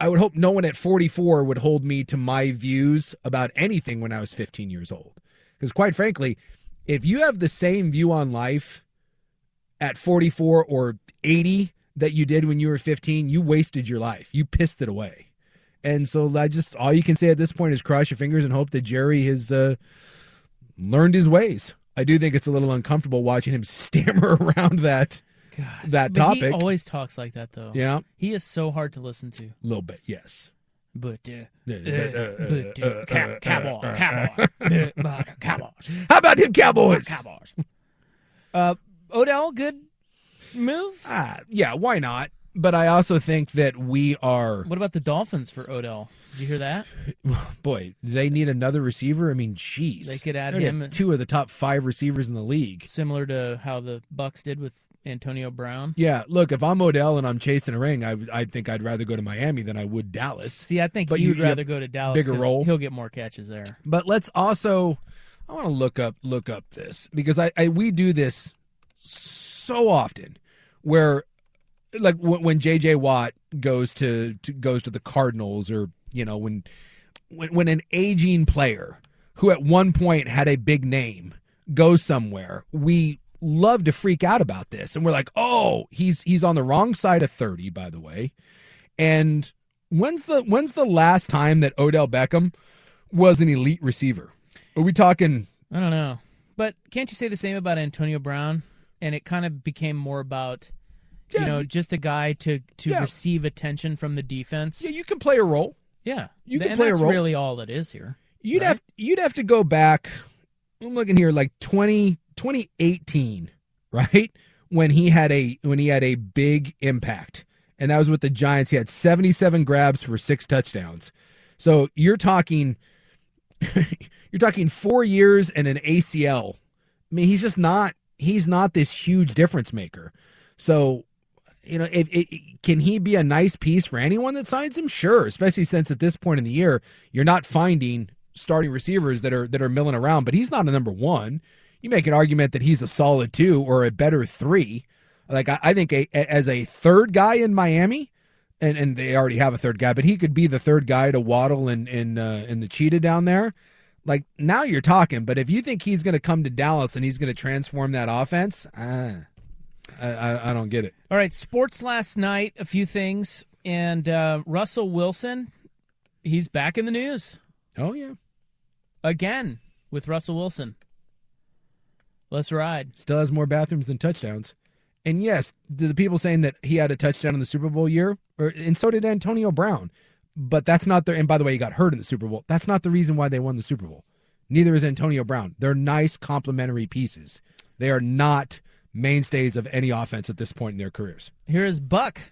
Speaker 10: i would hope no one at 44 would hold me to my views about anything when i was 15 years old because quite frankly if you have the same view on life at 44 or 80 that you did when you were 15, you wasted your life. You pissed it away. And so I just all you can say at this point is cross your fingers and hope that Jerry has uh, learned his ways. I do think it's a little uncomfortable watching him stammer around that that
Speaker 8: But He
Speaker 10: topic.
Speaker 8: always talks like that, though.
Speaker 10: Yeah.
Speaker 8: He is so hard to listen to.
Speaker 10: a little bit, yes.
Speaker 8: But, uh,
Speaker 10: Yeah, but, uh,
Speaker 8: uh, but,
Speaker 10: uh,
Speaker 8: uh, ca-
Speaker 10: uh,
Speaker 8: cowboy,
Speaker 10: uh,
Speaker 8: cowboy, uh, but, uh, cowboys.
Speaker 10: How about them Cowboys?
Speaker 8: Cowboys. Uh, Odell, good move.
Speaker 10: Ah, yeah, why not? But I also think that we are
Speaker 8: What about the Dolphins for Odell? Did you hear that?
Speaker 10: boy, they need another receiver. I mean, jeez.
Speaker 8: They could add
Speaker 10: They
Speaker 8: him-
Speaker 10: have two of the top five receivers in the league.
Speaker 8: Similar to how the Bucks did with Antonio Brown.
Speaker 10: Yeah, look, if I'm Odell and I'm chasing a ring, I I think I'd rather go to Miami than I would Dallas.
Speaker 8: See, I think
Speaker 10: But
Speaker 8: he
Speaker 10: you-
Speaker 8: would
Speaker 10: you have
Speaker 8: rather go to Dallas.
Speaker 10: bigger
Speaker 8: 'cause
Speaker 10: role.
Speaker 8: He'll get more catches there.
Speaker 10: But let's also I want to look up look up this because I, I we do this so often where like when, when JJ Watt goes to, to goes to the Cardinals or you know when when when an aging player who at one point had a big name goes somewhere we love to freak out about this and we're like oh he's he's on the wrong side of 30 by the way and when's the when's the last time that Odell Beckham was an elite receiver? Are we talking?
Speaker 8: I don't know. But can't you say the same about Antonio Brown? And it kind of became more about, you know, just a guy to to
Speaker 10: Yeah.
Speaker 8: receive attention from the defense.
Speaker 10: Yeah, you can play a role.
Speaker 8: Yeah,
Speaker 10: You can
Speaker 8: and
Speaker 10: play a
Speaker 8: that's
Speaker 10: role.
Speaker 8: really all it is here.
Speaker 10: You'd have you'd have to go back. I'm looking here, like 20, 2018, right? when he had a when he had a big impact, and that was with the Giants. He had 77 grabs for six touchdowns. So you're talking you're talking four years and an ACL. I mean, he's just not he's not this huge difference maker. So you know, it, it, can he be a nice piece for anyone that signs him? Sure, especially since at this point in the year you're not finding starting receivers that are that are milling around. But he's not a number one. You make an argument that he's a solid two or a better three. Like I, I think a, a- as a third guy in Miami, and, and they already have a third guy, but he could be the third guy to Waddle and and uh, and the Cheetah down there. Like now you're talking. But if you think he's going to come to Dallas and he's going to transform that offense, ah, I, I I don't get it.
Speaker 8: All right, sports last night, a few things, and uh, Russell Wilson, he's back in the news.
Speaker 10: Oh yeah,
Speaker 8: again with Russell Wilson. Let's ride.
Speaker 10: Still has more bathrooms than touchdowns. And yes, the the people saying that he had a touchdown in the Super Bowl year, or, and so did Antonio Brown. But that's not the. And by the way, he got hurt in the Super Bowl. That's not the reason why they won the Super Bowl. Neither is Antonio Brown. They're nice complementary pieces. They are not mainstays of any offense at this point in their careers.
Speaker 8: Here is Buck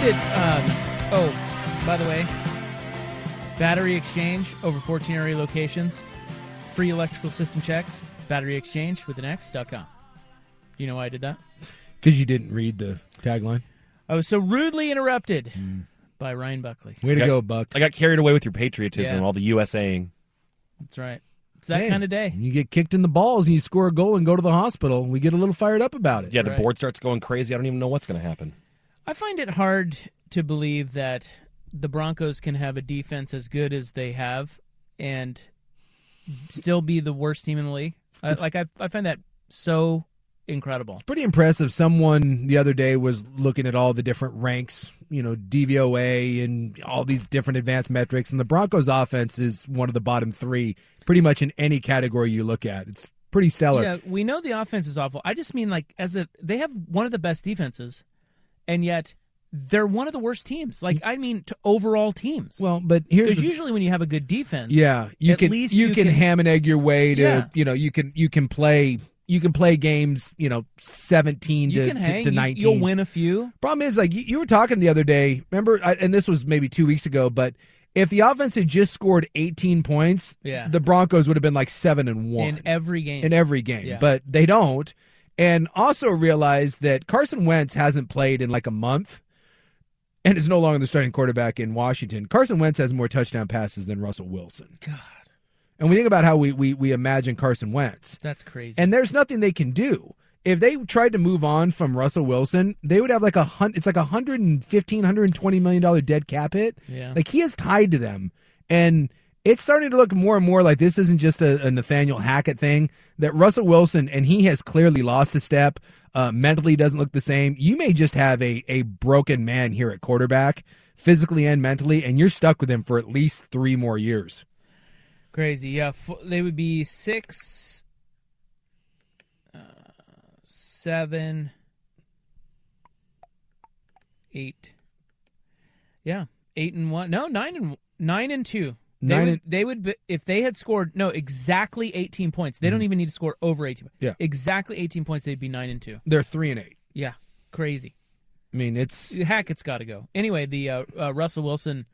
Speaker 8: Did, um, oh, by the way, battery exchange over 14 area locations, free electrical system checks, battery exchange with an X.com. Do you know why I did that?
Speaker 10: Because you didn't read the tagline.
Speaker 8: I was so rudely interrupted by Ryan Buckley.
Speaker 10: Hmm. Way to
Speaker 9: I got-
Speaker 10: go, Buck.
Speaker 9: I got carried away with your patriotism,
Speaker 8: Yeah.
Speaker 9: all the USAing.
Speaker 8: That's right. It's that
Speaker 10: Hey,
Speaker 8: kind of day.
Speaker 10: You get kicked in the balls and you score a goal and go to the hospital. We get a little fired up about it.
Speaker 9: Yeah, the
Speaker 8: Right.
Speaker 9: board starts going crazy. I don't even know what's going to happen.
Speaker 8: I find it hard to believe that the Broncos can have a defense as good as they have and still be the worst team in the league. I, like I, I find that so incredible.
Speaker 10: Pretty impressive. Someone the other day was looking at all the different ranks, you know, DVOA and all these different advanced metrics. And the Broncos offense is one of the bottom three, pretty much in any category you look at. It's pretty stellar.
Speaker 8: Yeah, we know the offense is awful. I just mean like as a they have one of the best defenses, and yet they're one of the worst teams. Like I mean to overall teams.
Speaker 10: Well, but here's
Speaker 8: because
Speaker 10: the-
Speaker 8: usually when you have a good defense,
Speaker 10: Yeah, you
Speaker 8: at
Speaker 10: can
Speaker 8: least
Speaker 10: you, can, ham and egg your way to
Speaker 8: Yeah.
Speaker 10: you know you can you can play you can play games you know seventeen
Speaker 8: you
Speaker 10: to,
Speaker 8: can
Speaker 10: to-
Speaker 8: hang.
Speaker 10: to
Speaker 8: You-
Speaker 10: nineteen.
Speaker 8: You'll win a few.
Speaker 10: Problem is, like you, you were talking the other day, remember? I, and this was maybe two weeks ago, but if the offense had just scored 18 points,
Speaker 8: Yeah.
Speaker 10: the Broncos would have been like seven and one
Speaker 8: in every game.
Speaker 10: in every game,
Speaker 8: Yeah.
Speaker 10: but they don't. And also realize that Carson Wentz hasn't played in like a month and is no longer the starting quarterback in Washington. Carson Wentz has more touchdown passes than Russell Wilson. God. And we think about how we, we, we imagine Carson Wentz.
Speaker 8: That's crazy.
Speaker 10: And there's nothing they can do. If they tried to move on from Russell Wilson, they would have like a hundred, it's like a hundred and fifteen, hundred and twenty million dollar dead cap hit.
Speaker 8: Yeah.
Speaker 10: Like he is tied to them. And it's starting to look more and more like this isn't just a, a Nathaniel Hackett thing, that Russell Wilson, and he has clearly lost a step, uh, mentally doesn't look the same. You may just have a, a broken man here at quarterback, physically and mentally, and you're stuck with him for at least three more years.
Speaker 8: Crazy, yeah. F- they would be six, uh, seven, eight. Yeah, eight and one. No, nine and nine and two. They
Speaker 10: Nine
Speaker 8: would,
Speaker 10: and-
Speaker 8: they would be, if they had scored no exactly eighteen points. They don't even need to score over eighteen.
Speaker 10: Mm-hmm. Yeah.
Speaker 8: exactly eighteen points. They'd be nine and two.
Speaker 10: They're three and eight.
Speaker 8: Yeah, crazy.
Speaker 10: I mean, it's
Speaker 8: Hackett's got to go. Anyway, the uh, uh, Russell Wilson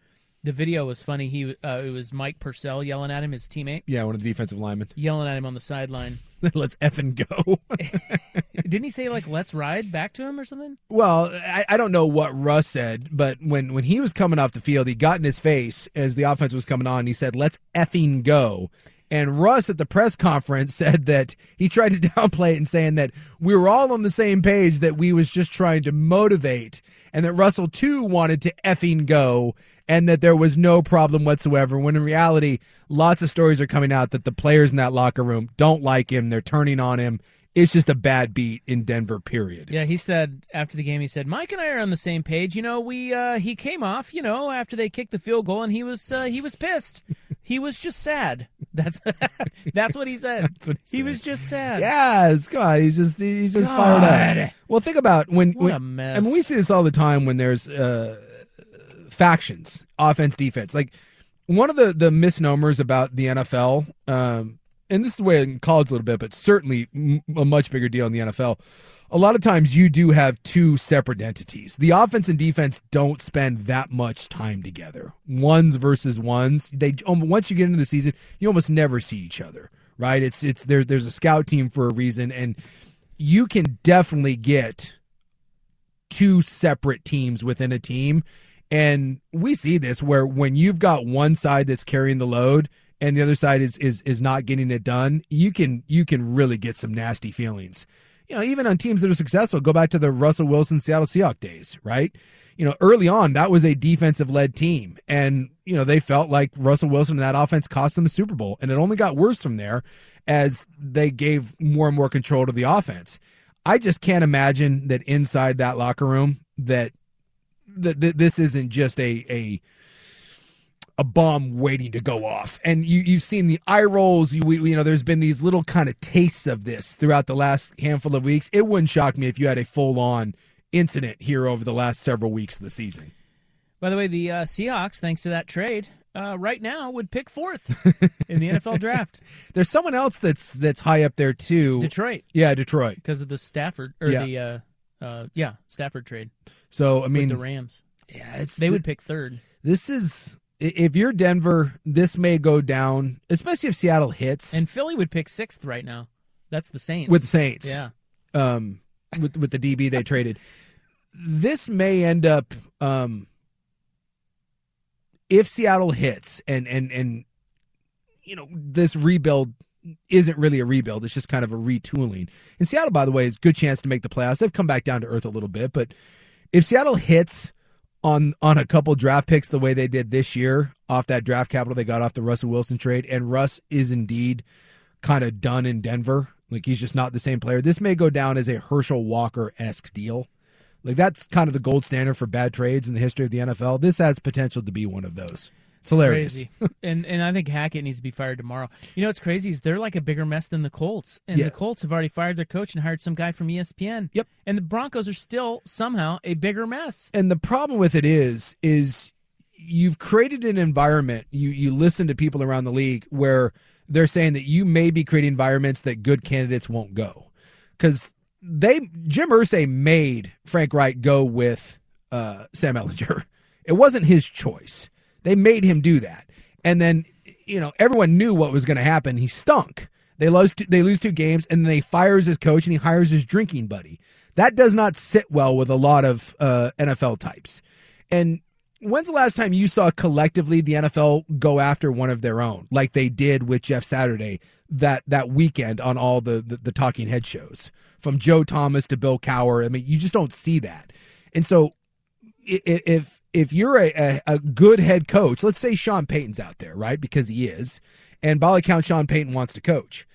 Speaker 8: The video was funny. He uh, it was Mike Purcell yelling at him, his teammate,
Speaker 10: Yeah, one of the defensive linemen.
Speaker 8: yelling at him on the sideline.
Speaker 10: Let's effing go.
Speaker 8: Didn't he say like "Let's ride" back to him or something?
Speaker 10: Well, I, I don't know what Russ said, but when, when he was coming off the field, he got in his face as the offense was coming on. He said, let's effing go. And Russ at the press conference said that he tried to downplay it and saying that we were all on the same page, that we was just trying to motivate, and that Russell too wanted to effing go, and that there was no problem whatsoever. When in reality, lots of stories are coming out that the players in that locker room don't like him, they're turning on him. It's just a bad beat in Denver, period.
Speaker 8: Yeah, he said after the game, he said Mike and I are on the same page. You know, we uh, he came off, you know, after they kicked the field goal, and he was uh, he was pissed. he was just sad. That's that's what he said. That's what he, was just sad.
Speaker 10: Yes, God, he's just he's just fired
Speaker 8: God.
Speaker 10: up. Well, think about when
Speaker 8: What a
Speaker 10: when-
Speaker 8: mess.
Speaker 10: I mean, we see this all the time when there's uh, factions, offense, defense. Like one of the the misnomers about the NFL, um, and this is the way in college a little bit, but certainly m- a much bigger deal in the NFL. A lot of times you do have two separate entities. The offense and defense don't spend that much time together. Ones versus ones. They um, once you get into the season, you almost never see each other. Right? It's it's there. There's a scout team for a reason, and you can definitely get two separate teams within a team. And we see this where when you've got one side that's carrying the load and the other side is is is not getting it done, you can you can really get some nasty feelings. You know, even on teams that are successful, go back to the Russell Wilson Seattle Seahawks days, right? You know, early on that was a defensive led team and you know, they felt like Russell Wilson and that offense cost them a Super Bowl and it only got worse from there as they gave more and more control to the offense. I just can't imagine that inside that locker room that that, that this isn't just a a a bomb waiting to go off. And you you've seen the eye rolls. You we, you know, there's been these little kind of tastes of this throughout the last handful of weeks. It wouldn't shock me if you had a full on incident here over the last several weeks of the season.
Speaker 8: By the way, the uh, Seahawks, thanks to that trade, uh, right now would pick fourth in the NFL draft
Speaker 10: There's someone else that's that's high up there too.
Speaker 8: Detroit.
Speaker 10: Yeah, Detroit.
Speaker 8: because of the Stafford or
Speaker 10: Yeah.
Speaker 8: the uh, uh, yeah Stafford trade.
Speaker 10: So I mean
Speaker 8: with the Rams,
Speaker 10: yeah, it's
Speaker 8: they
Speaker 10: the-
Speaker 8: would pick third.
Speaker 10: This is i- if you're Denver, this may go down, especially if Seattle hits
Speaker 8: And Philly would pick sixth right now. That's the Saints.
Speaker 10: with the Saints.
Speaker 8: Yeah.
Speaker 10: Um, with with the DB they traded, this may end up um, if Seattle hits and and and you know this rebuild isn't really a rebuild it's just kind of a retooling and seattle by the way is a good chance to make the playoffs they've come back down to earth a little bit but if seattle hits on on a couple draft picks the way they did this year off that draft capital they got off the russell wilson trade and russ is indeed kind of done in denver like he's just not the same player this may go down as a herschel walker-esque deal like that's kind of the gold standard for bad trades in the history of the nfl this has potential to be one of those it's hilarious
Speaker 8: Crazy. and and I think Hackett needs to be fired tomorrow. You know what's crazy is they're like a bigger mess than the Colts, and
Speaker 10: Yeah.
Speaker 8: the Colts have already fired their coach and hired some guy from E ESPN. Yep. And the Broncos are still somehow a bigger mess.
Speaker 10: And the problem with it is, is you've created an environment. You you listen to people around the league where they're saying that you may be creating environments that good candidates won't go, because they Jim Irsay made Frank Wright go with uh, Sam Ellinger. It wasn't his choice. They made him do that, and then you know everyone knew what was going to happen. He stunk. They lose two, they lose two games, and then he fires his coach and he hires his drinking buddy. That does not sit well with a lot of uh, NFL types. And when's the last time you saw collectively the NFL go after one of their own, like they did with Jeff Saturday that that weekend on all the the, the talking head shows, from Joe Thomas to Bill Cower? I mean, you just don't see that. And so i- i- if if you're a, a, a good head coach, let's say Sean Payton's out there, right? Because he is, and by all account, Sean Payton wants to coach.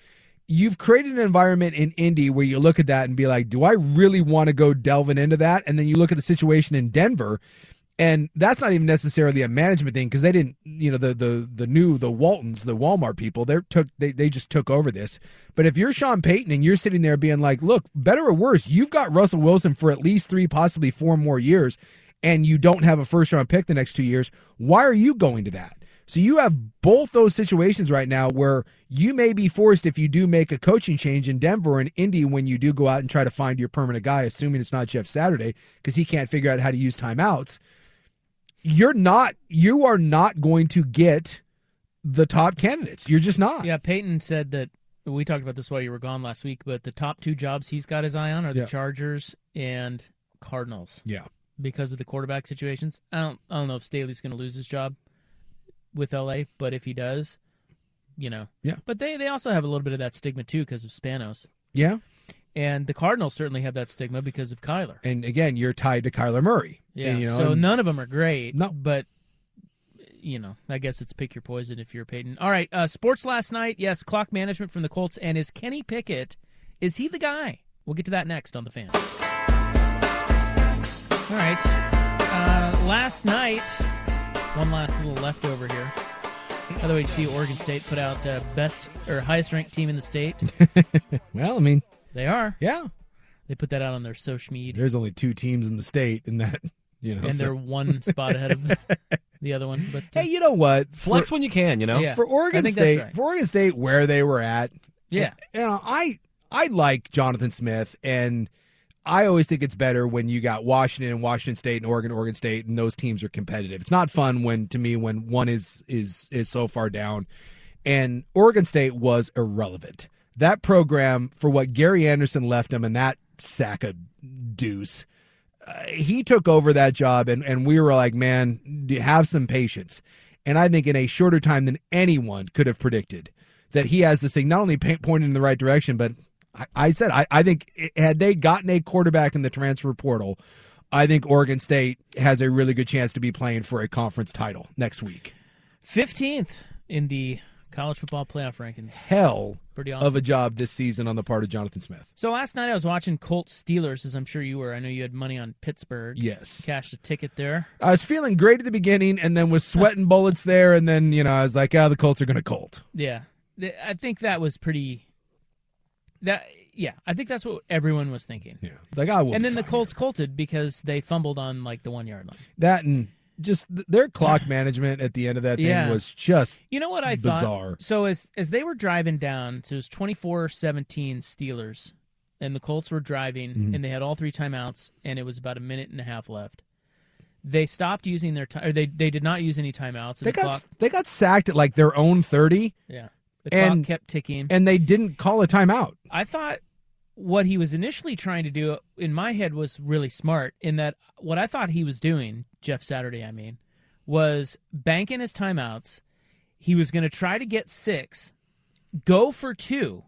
Speaker 10: You've created an environment in Indy where you look at that and be like, do I really want to go delving into that? And then you look at the situation in Denver, and that's not even necessarily a management thing because they didn't, you know, the the the new the Waltons, the Walmart people, they took they they just took over this. But if you're Sean Payton and you're sitting there being like, look, better or worse, you've got Russell Wilson for at least three, possibly four more years and you don't have a first round pick the next two years, why are you going to that? So you have both those situations right now where you may be forced if you do make a coaching change in Denver and Indy when you do go out and try to find your permanent guy, assuming it's not Jeff Saturday because he can't figure out how to use timeouts. you're not you are not going to get the top candidates. You're just not.
Speaker 8: Yeah, Peyton said that we talked about this while you were gone last week, but the top two jobs he's got his eye on are
Speaker 10: Yeah.
Speaker 8: the Chargers and Cardinals.
Speaker 10: Yeah.
Speaker 8: Because of the quarterback situations. I don't I don't know if Staley's gonna lose his job with LA, but if he does, you know.
Speaker 10: Yeah.
Speaker 8: But they, they also have a little bit of that stigma too because of Spanos.
Speaker 10: Yeah.
Speaker 8: And the Cardinals certainly have that stigma because of Kyler.
Speaker 10: And again, you're tied to Kyler Murray.
Speaker 8: Yeah.
Speaker 10: And, you know,
Speaker 8: so
Speaker 10: and-
Speaker 8: none of them are great. No. But you know, I guess it's pick your poison if you're Peyton. All right. Uh, sports last night. Yes, clock management from the Colts. And is Kenny Pickett? Is he the guy? We'll get to that next on the fan. All right. Uh, last night, one last little leftover here. By the way, did you see Oregon State put out uh, best or highest ranked team in the state?
Speaker 10: well, I mean,
Speaker 8: they are.
Speaker 10: Yeah.
Speaker 8: They put that out on their social media.
Speaker 10: there's only two teams in the state, and that you know,
Speaker 8: and
Speaker 10: so-
Speaker 8: they're one spot ahead of the, the other one. But
Speaker 10: Hey, you know what?
Speaker 8: Flex
Speaker 9: when you can, you know?
Speaker 8: Yeah.
Speaker 10: For
Speaker 8: I
Speaker 10: Oregon
Speaker 8: think that's
Speaker 10: State,
Speaker 8: right.
Speaker 10: for Oregon State, where they were at.
Speaker 8: Yeah.
Speaker 10: you know, I I like Jonathan Smith, and I always think it's better when you got Washington and Washington State and Oregon, Oregon State, and those teams are competitive. It's not fun when to me when one is is is so far down, and Oregon State was irrelevant. That program for what Gary Anderson left him, and that sack of deuce uh, he took over that job and, and we were like, man, d- have some patience. And I think in a shorter time than anyone could have predicted that he has this thing not only pa- pointed in the right direction, but I, I said, I, I think i- had they gotten a quarterback in the transfer portal, I think Oregon State has a really good chance to be playing for a conference title next week.
Speaker 8: 15th in the college football playoff rankings.
Speaker 10: Hell
Speaker 8: Pretty awesome.
Speaker 10: of a job this season on the part of Jonathan Smith.
Speaker 8: So last night I was watching Colts Steelers, as I'm sure you were. I know you had money on Pittsburgh.
Speaker 10: Yes.
Speaker 8: Cashed a ticket there.
Speaker 10: I was feeling great at the beginning and then was sweating bullets there. And then, you know, I was like, oh, the Colts are going to Colt.
Speaker 8: Yeah. Th- I think that was pretty. That Yeah. I think that's what everyone was thinking. Yeah.
Speaker 10: Like, I will.
Speaker 8: And
Speaker 10: be
Speaker 8: then the Colts colted because they fumbled on like the one yard line.
Speaker 10: That and just th- their clock management at the end of that thing
Speaker 8: Yeah.
Speaker 10: was just
Speaker 8: You know what I
Speaker 10: bizarre.
Speaker 8: thought? So as as they were driving down, so it was 24-17 Steelers and the Colts were driving
Speaker 10: Mhm.
Speaker 8: and they had all three timeouts and it was about a minute and a half left. They stopped using their time or they they did not use any timeouts. and
Speaker 10: They
Speaker 8: the
Speaker 10: got
Speaker 8: clock,
Speaker 10: they got sacked at like their own thirty.
Speaker 8: yeah. The
Speaker 10: and
Speaker 8: clock kept ticking.
Speaker 10: and they didn't call a timeout.
Speaker 8: I thought what he was initially trying to do in my head was really smart in that what I thought he was doing, Jeff Saturday, I mean, was banking his timeouts. He was going to try to get six, go for two,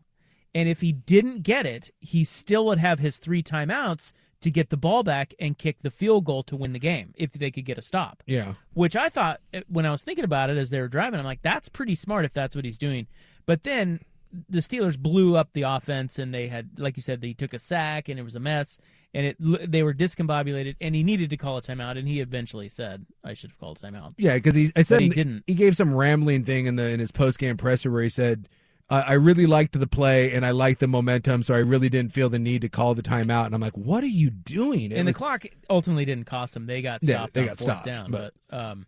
Speaker 8: and if he didn't get it, he still would have his three timeouts to get the ball back and kick the field goal to win the game if they could get a stop
Speaker 10: Yeah,
Speaker 8: which I thought eh, when I was thinking about it as they were driving, I'm like, that's pretty smart if that's what he's doing. But then the Steelers blew up the offense, and they had, like you said, they took a sack, and it was a mess, and it they were discombobulated, and he needed to call a timeout, and he eventually said, "I should have called a timeout."
Speaker 10: yeah, because he I
Speaker 8: But
Speaker 10: said
Speaker 8: he didn't.
Speaker 10: He gave some rambling thing in the in his post game presser where he said, I, "I really liked the play and I liked the momentum, so I really didn't feel the need to call the timeout." And I'm like, "What are you doing?" It
Speaker 8: and
Speaker 10: was-
Speaker 8: the clock ultimately didn't cost them. They got
Speaker 10: Yeah,
Speaker 8: stopped.
Speaker 10: they
Speaker 8: on
Speaker 10: got
Speaker 8: fourth
Speaker 10: stopped,
Speaker 8: down. But,
Speaker 10: but-
Speaker 8: um,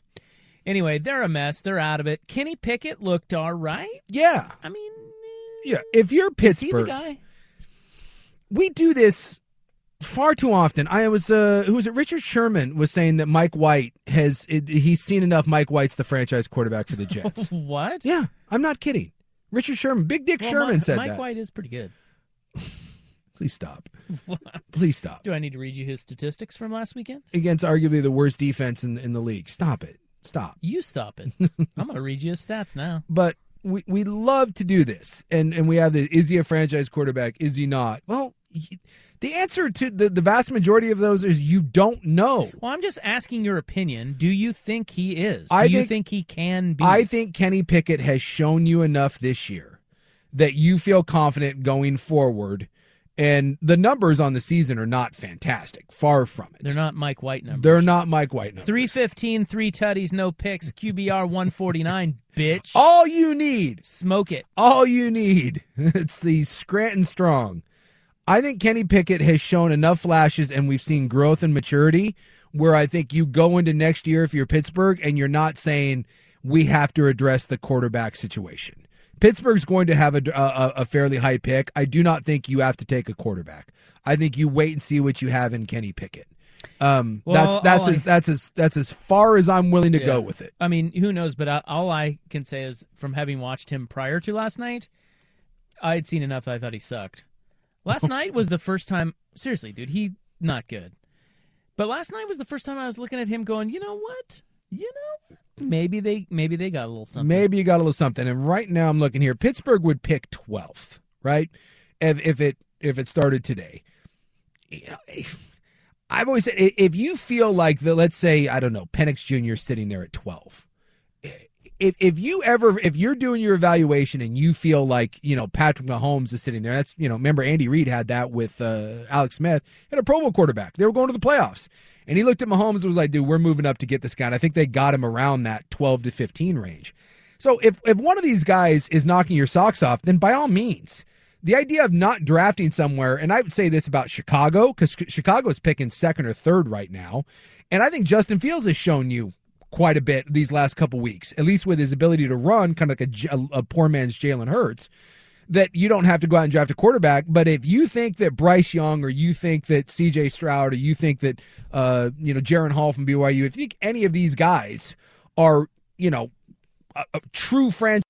Speaker 8: anyway, they're a mess. They're out of it. Kenny Pickett looked all right.
Speaker 10: yeah,
Speaker 8: I mean,
Speaker 10: yeah. If you're
Speaker 8: Is he
Speaker 10: Pittsburgh,
Speaker 8: the guy?
Speaker 10: we do this far too often. I was uh who was it? Richard Sherman was saying that Mike White has it, he's seen enough. Mike White's the franchise quarterback for the Jets.
Speaker 8: what?
Speaker 10: yeah, I'm not kidding. Richard Sherman, Big Dick
Speaker 8: Well,
Speaker 10: Sherman
Speaker 8: Mike,
Speaker 10: said
Speaker 8: Mike
Speaker 10: that.
Speaker 8: White is pretty good.
Speaker 10: Please stop. Please stop.
Speaker 8: Do I need to read you his statistics from last weekend?
Speaker 10: Against arguably the worst defense in in the league. Stop it. Stop.
Speaker 8: You stop it. I'm going to read you his stats now.
Speaker 10: But we we love to do this, and and we have the is he a franchise quarterback? Is he not? Well. y- the answer to the, the vast majority of those is you don't know.
Speaker 8: Well, I'm just asking your opinion. Do you think he is? Do
Speaker 10: I
Speaker 8: you
Speaker 10: think-
Speaker 8: think he can be?
Speaker 10: I think Kenny Pickett has shown you enough this year that you feel confident going forward. And the numbers on the season are not fantastic. Far from it.
Speaker 8: They're not Mike White numbers.
Speaker 10: They're not Mike White numbers.
Speaker 8: 315, three tutties, no picks, QBR 149, bitch.
Speaker 10: All you need,
Speaker 8: smoke it.
Speaker 10: All you need, it's the Scranton Strong. I think Kenny Pickett has shown enough flashes, and we've seen growth and maturity. Where I think you go into next year if you're Pittsburgh, and you're not saying we have to address the quarterback situation. Pittsburgh's going to have a, a, a fairly high pick. I do not think you have to take a quarterback. I think you wait and see what you have in Kenny Pickett. Um,
Speaker 8: Well,
Speaker 10: that's that's
Speaker 8: all I-
Speaker 10: as that's as that's as far as I'm willing to
Speaker 8: Yeah.
Speaker 10: go with it.
Speaker 8: I mean, who knows? But I, all I can say is, from having watched him prior to last night, I had seen enough. I thought he sucked. Last night was the first time. Seriously, dude, he not good. But last night was the first time I was looking at him, going, you know what? You know, maybe they maybe they got a little something.
Speaker 10: Maybe you got a little something. And right now I'm looking here. Pittsburgh would pick 12th, right? If, if it if it started today. You know, if- I've always said i- if you feel like the let's say I don't know Penix Jr. sitting there at 12. If if you ever if you're doing your evaluation and you feel like you know Patrick Mahomes is sitting there, that's you know remember Andy Reid had that with uh, Alex Smith and a Pro Bowl quarterback. They were going to the playoffs. And he looked at Mahomes and was like, dude, we're moving up to get this guy. And I think they got him around that 12 to 15 range. So if, if one of these guys is knocking your socks off, then by all means, the idea of not drafting somewhere, and I would say this about Chicago, because Chicago is picking second or third right now. And I think Justin Fields has shown you quite a bit these last couple weeks, at least with his ability to run, kind of like a J- a, a poor man's Jalen Hurts that you don't have to go out and draft a quarterback. But if you think that Bryce Young or you think that C.J. Stroud or you think that uh, you know Jaron Hall from BYU, if you think any of these guys are you know a, a true franchise,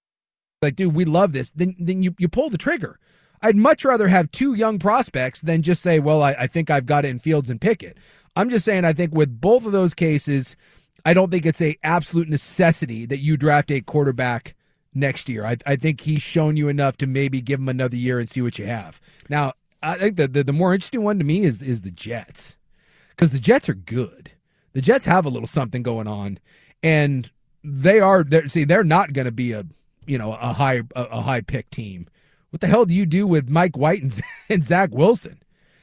Speaker 10: like dude, we love this, then then you you pull the trigger. I'd much rather have two young prospects than just say, well, I, I think I've got it in Fields and Pickett. I'm just saying, I think with both of those cases, I don't think it's a absolute necessity that you draft a quarterback next year. I, I think he's shown you enough to maybe give him another year and see what you have. Now, I think the the, the more interesting one to me is is the Jets because the Jets are good. The Jets have a little something going on, and they are. They're, see, they're not going to be a you know a high a, a high pick team. What the hell do you do with Mike White and, and Zach Wilson?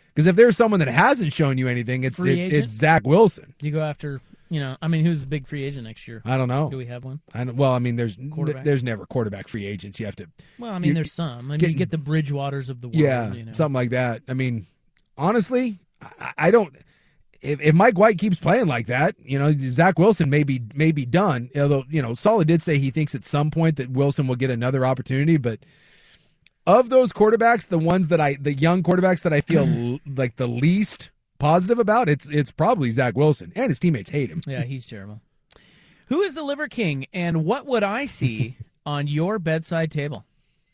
Speaker 10: Because if there's someone that hasn't shown you anything, it's
Speaker 8: Free
Speaker 10: it's,
Speaker 8: agent?
Speaker 10: it's Zach Wilson.
Speaker 8: You go after, you know, I mean, who's a big free agent next year?
Speaker 10: I don't know.
Speaker 8: Do we have one?
Speaker 10: I don't, well, I mean, there's
Speaker 8: Quarterback?
Speaker 10: there's never quarterback free agents. You have to.
Speaker 8: Well, I mean,
Speaker 10: you-
Speaker 8: there's some. I mean,
Speaker 10: getting-
Speaker 8: you get the Bridgewaters of the world.
Speaker 10: yeah,
Speaker 8: you know.
Speaker 10: something like that. I mean, honestly, I, I don't. If, if Mike White keeps playing like that, you know Zach Wilson may be may be done. Although you know Solid did say he thinks at some point that Wilson will get another opportunity, but of those quarterbacks, the ones that I the young quarterbacks that I feel l- like the least positive about, it's it's probably Zach Wilson and his teammates hate him.
Speaker 8: Yeah, he's terrible. Who is the Liver King, and what would I see on your bedside table?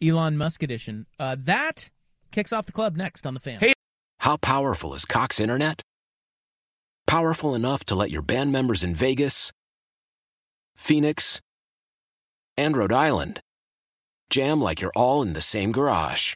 Speaker 8: Elon Musk edition. Uh, that kicks off the club next on the fan.
Speaker 16: How powerful is Cox Internet? Powerful enough to let your band members in Vegas, Phoenix, and Rhode Island jam like you're all in the same garage.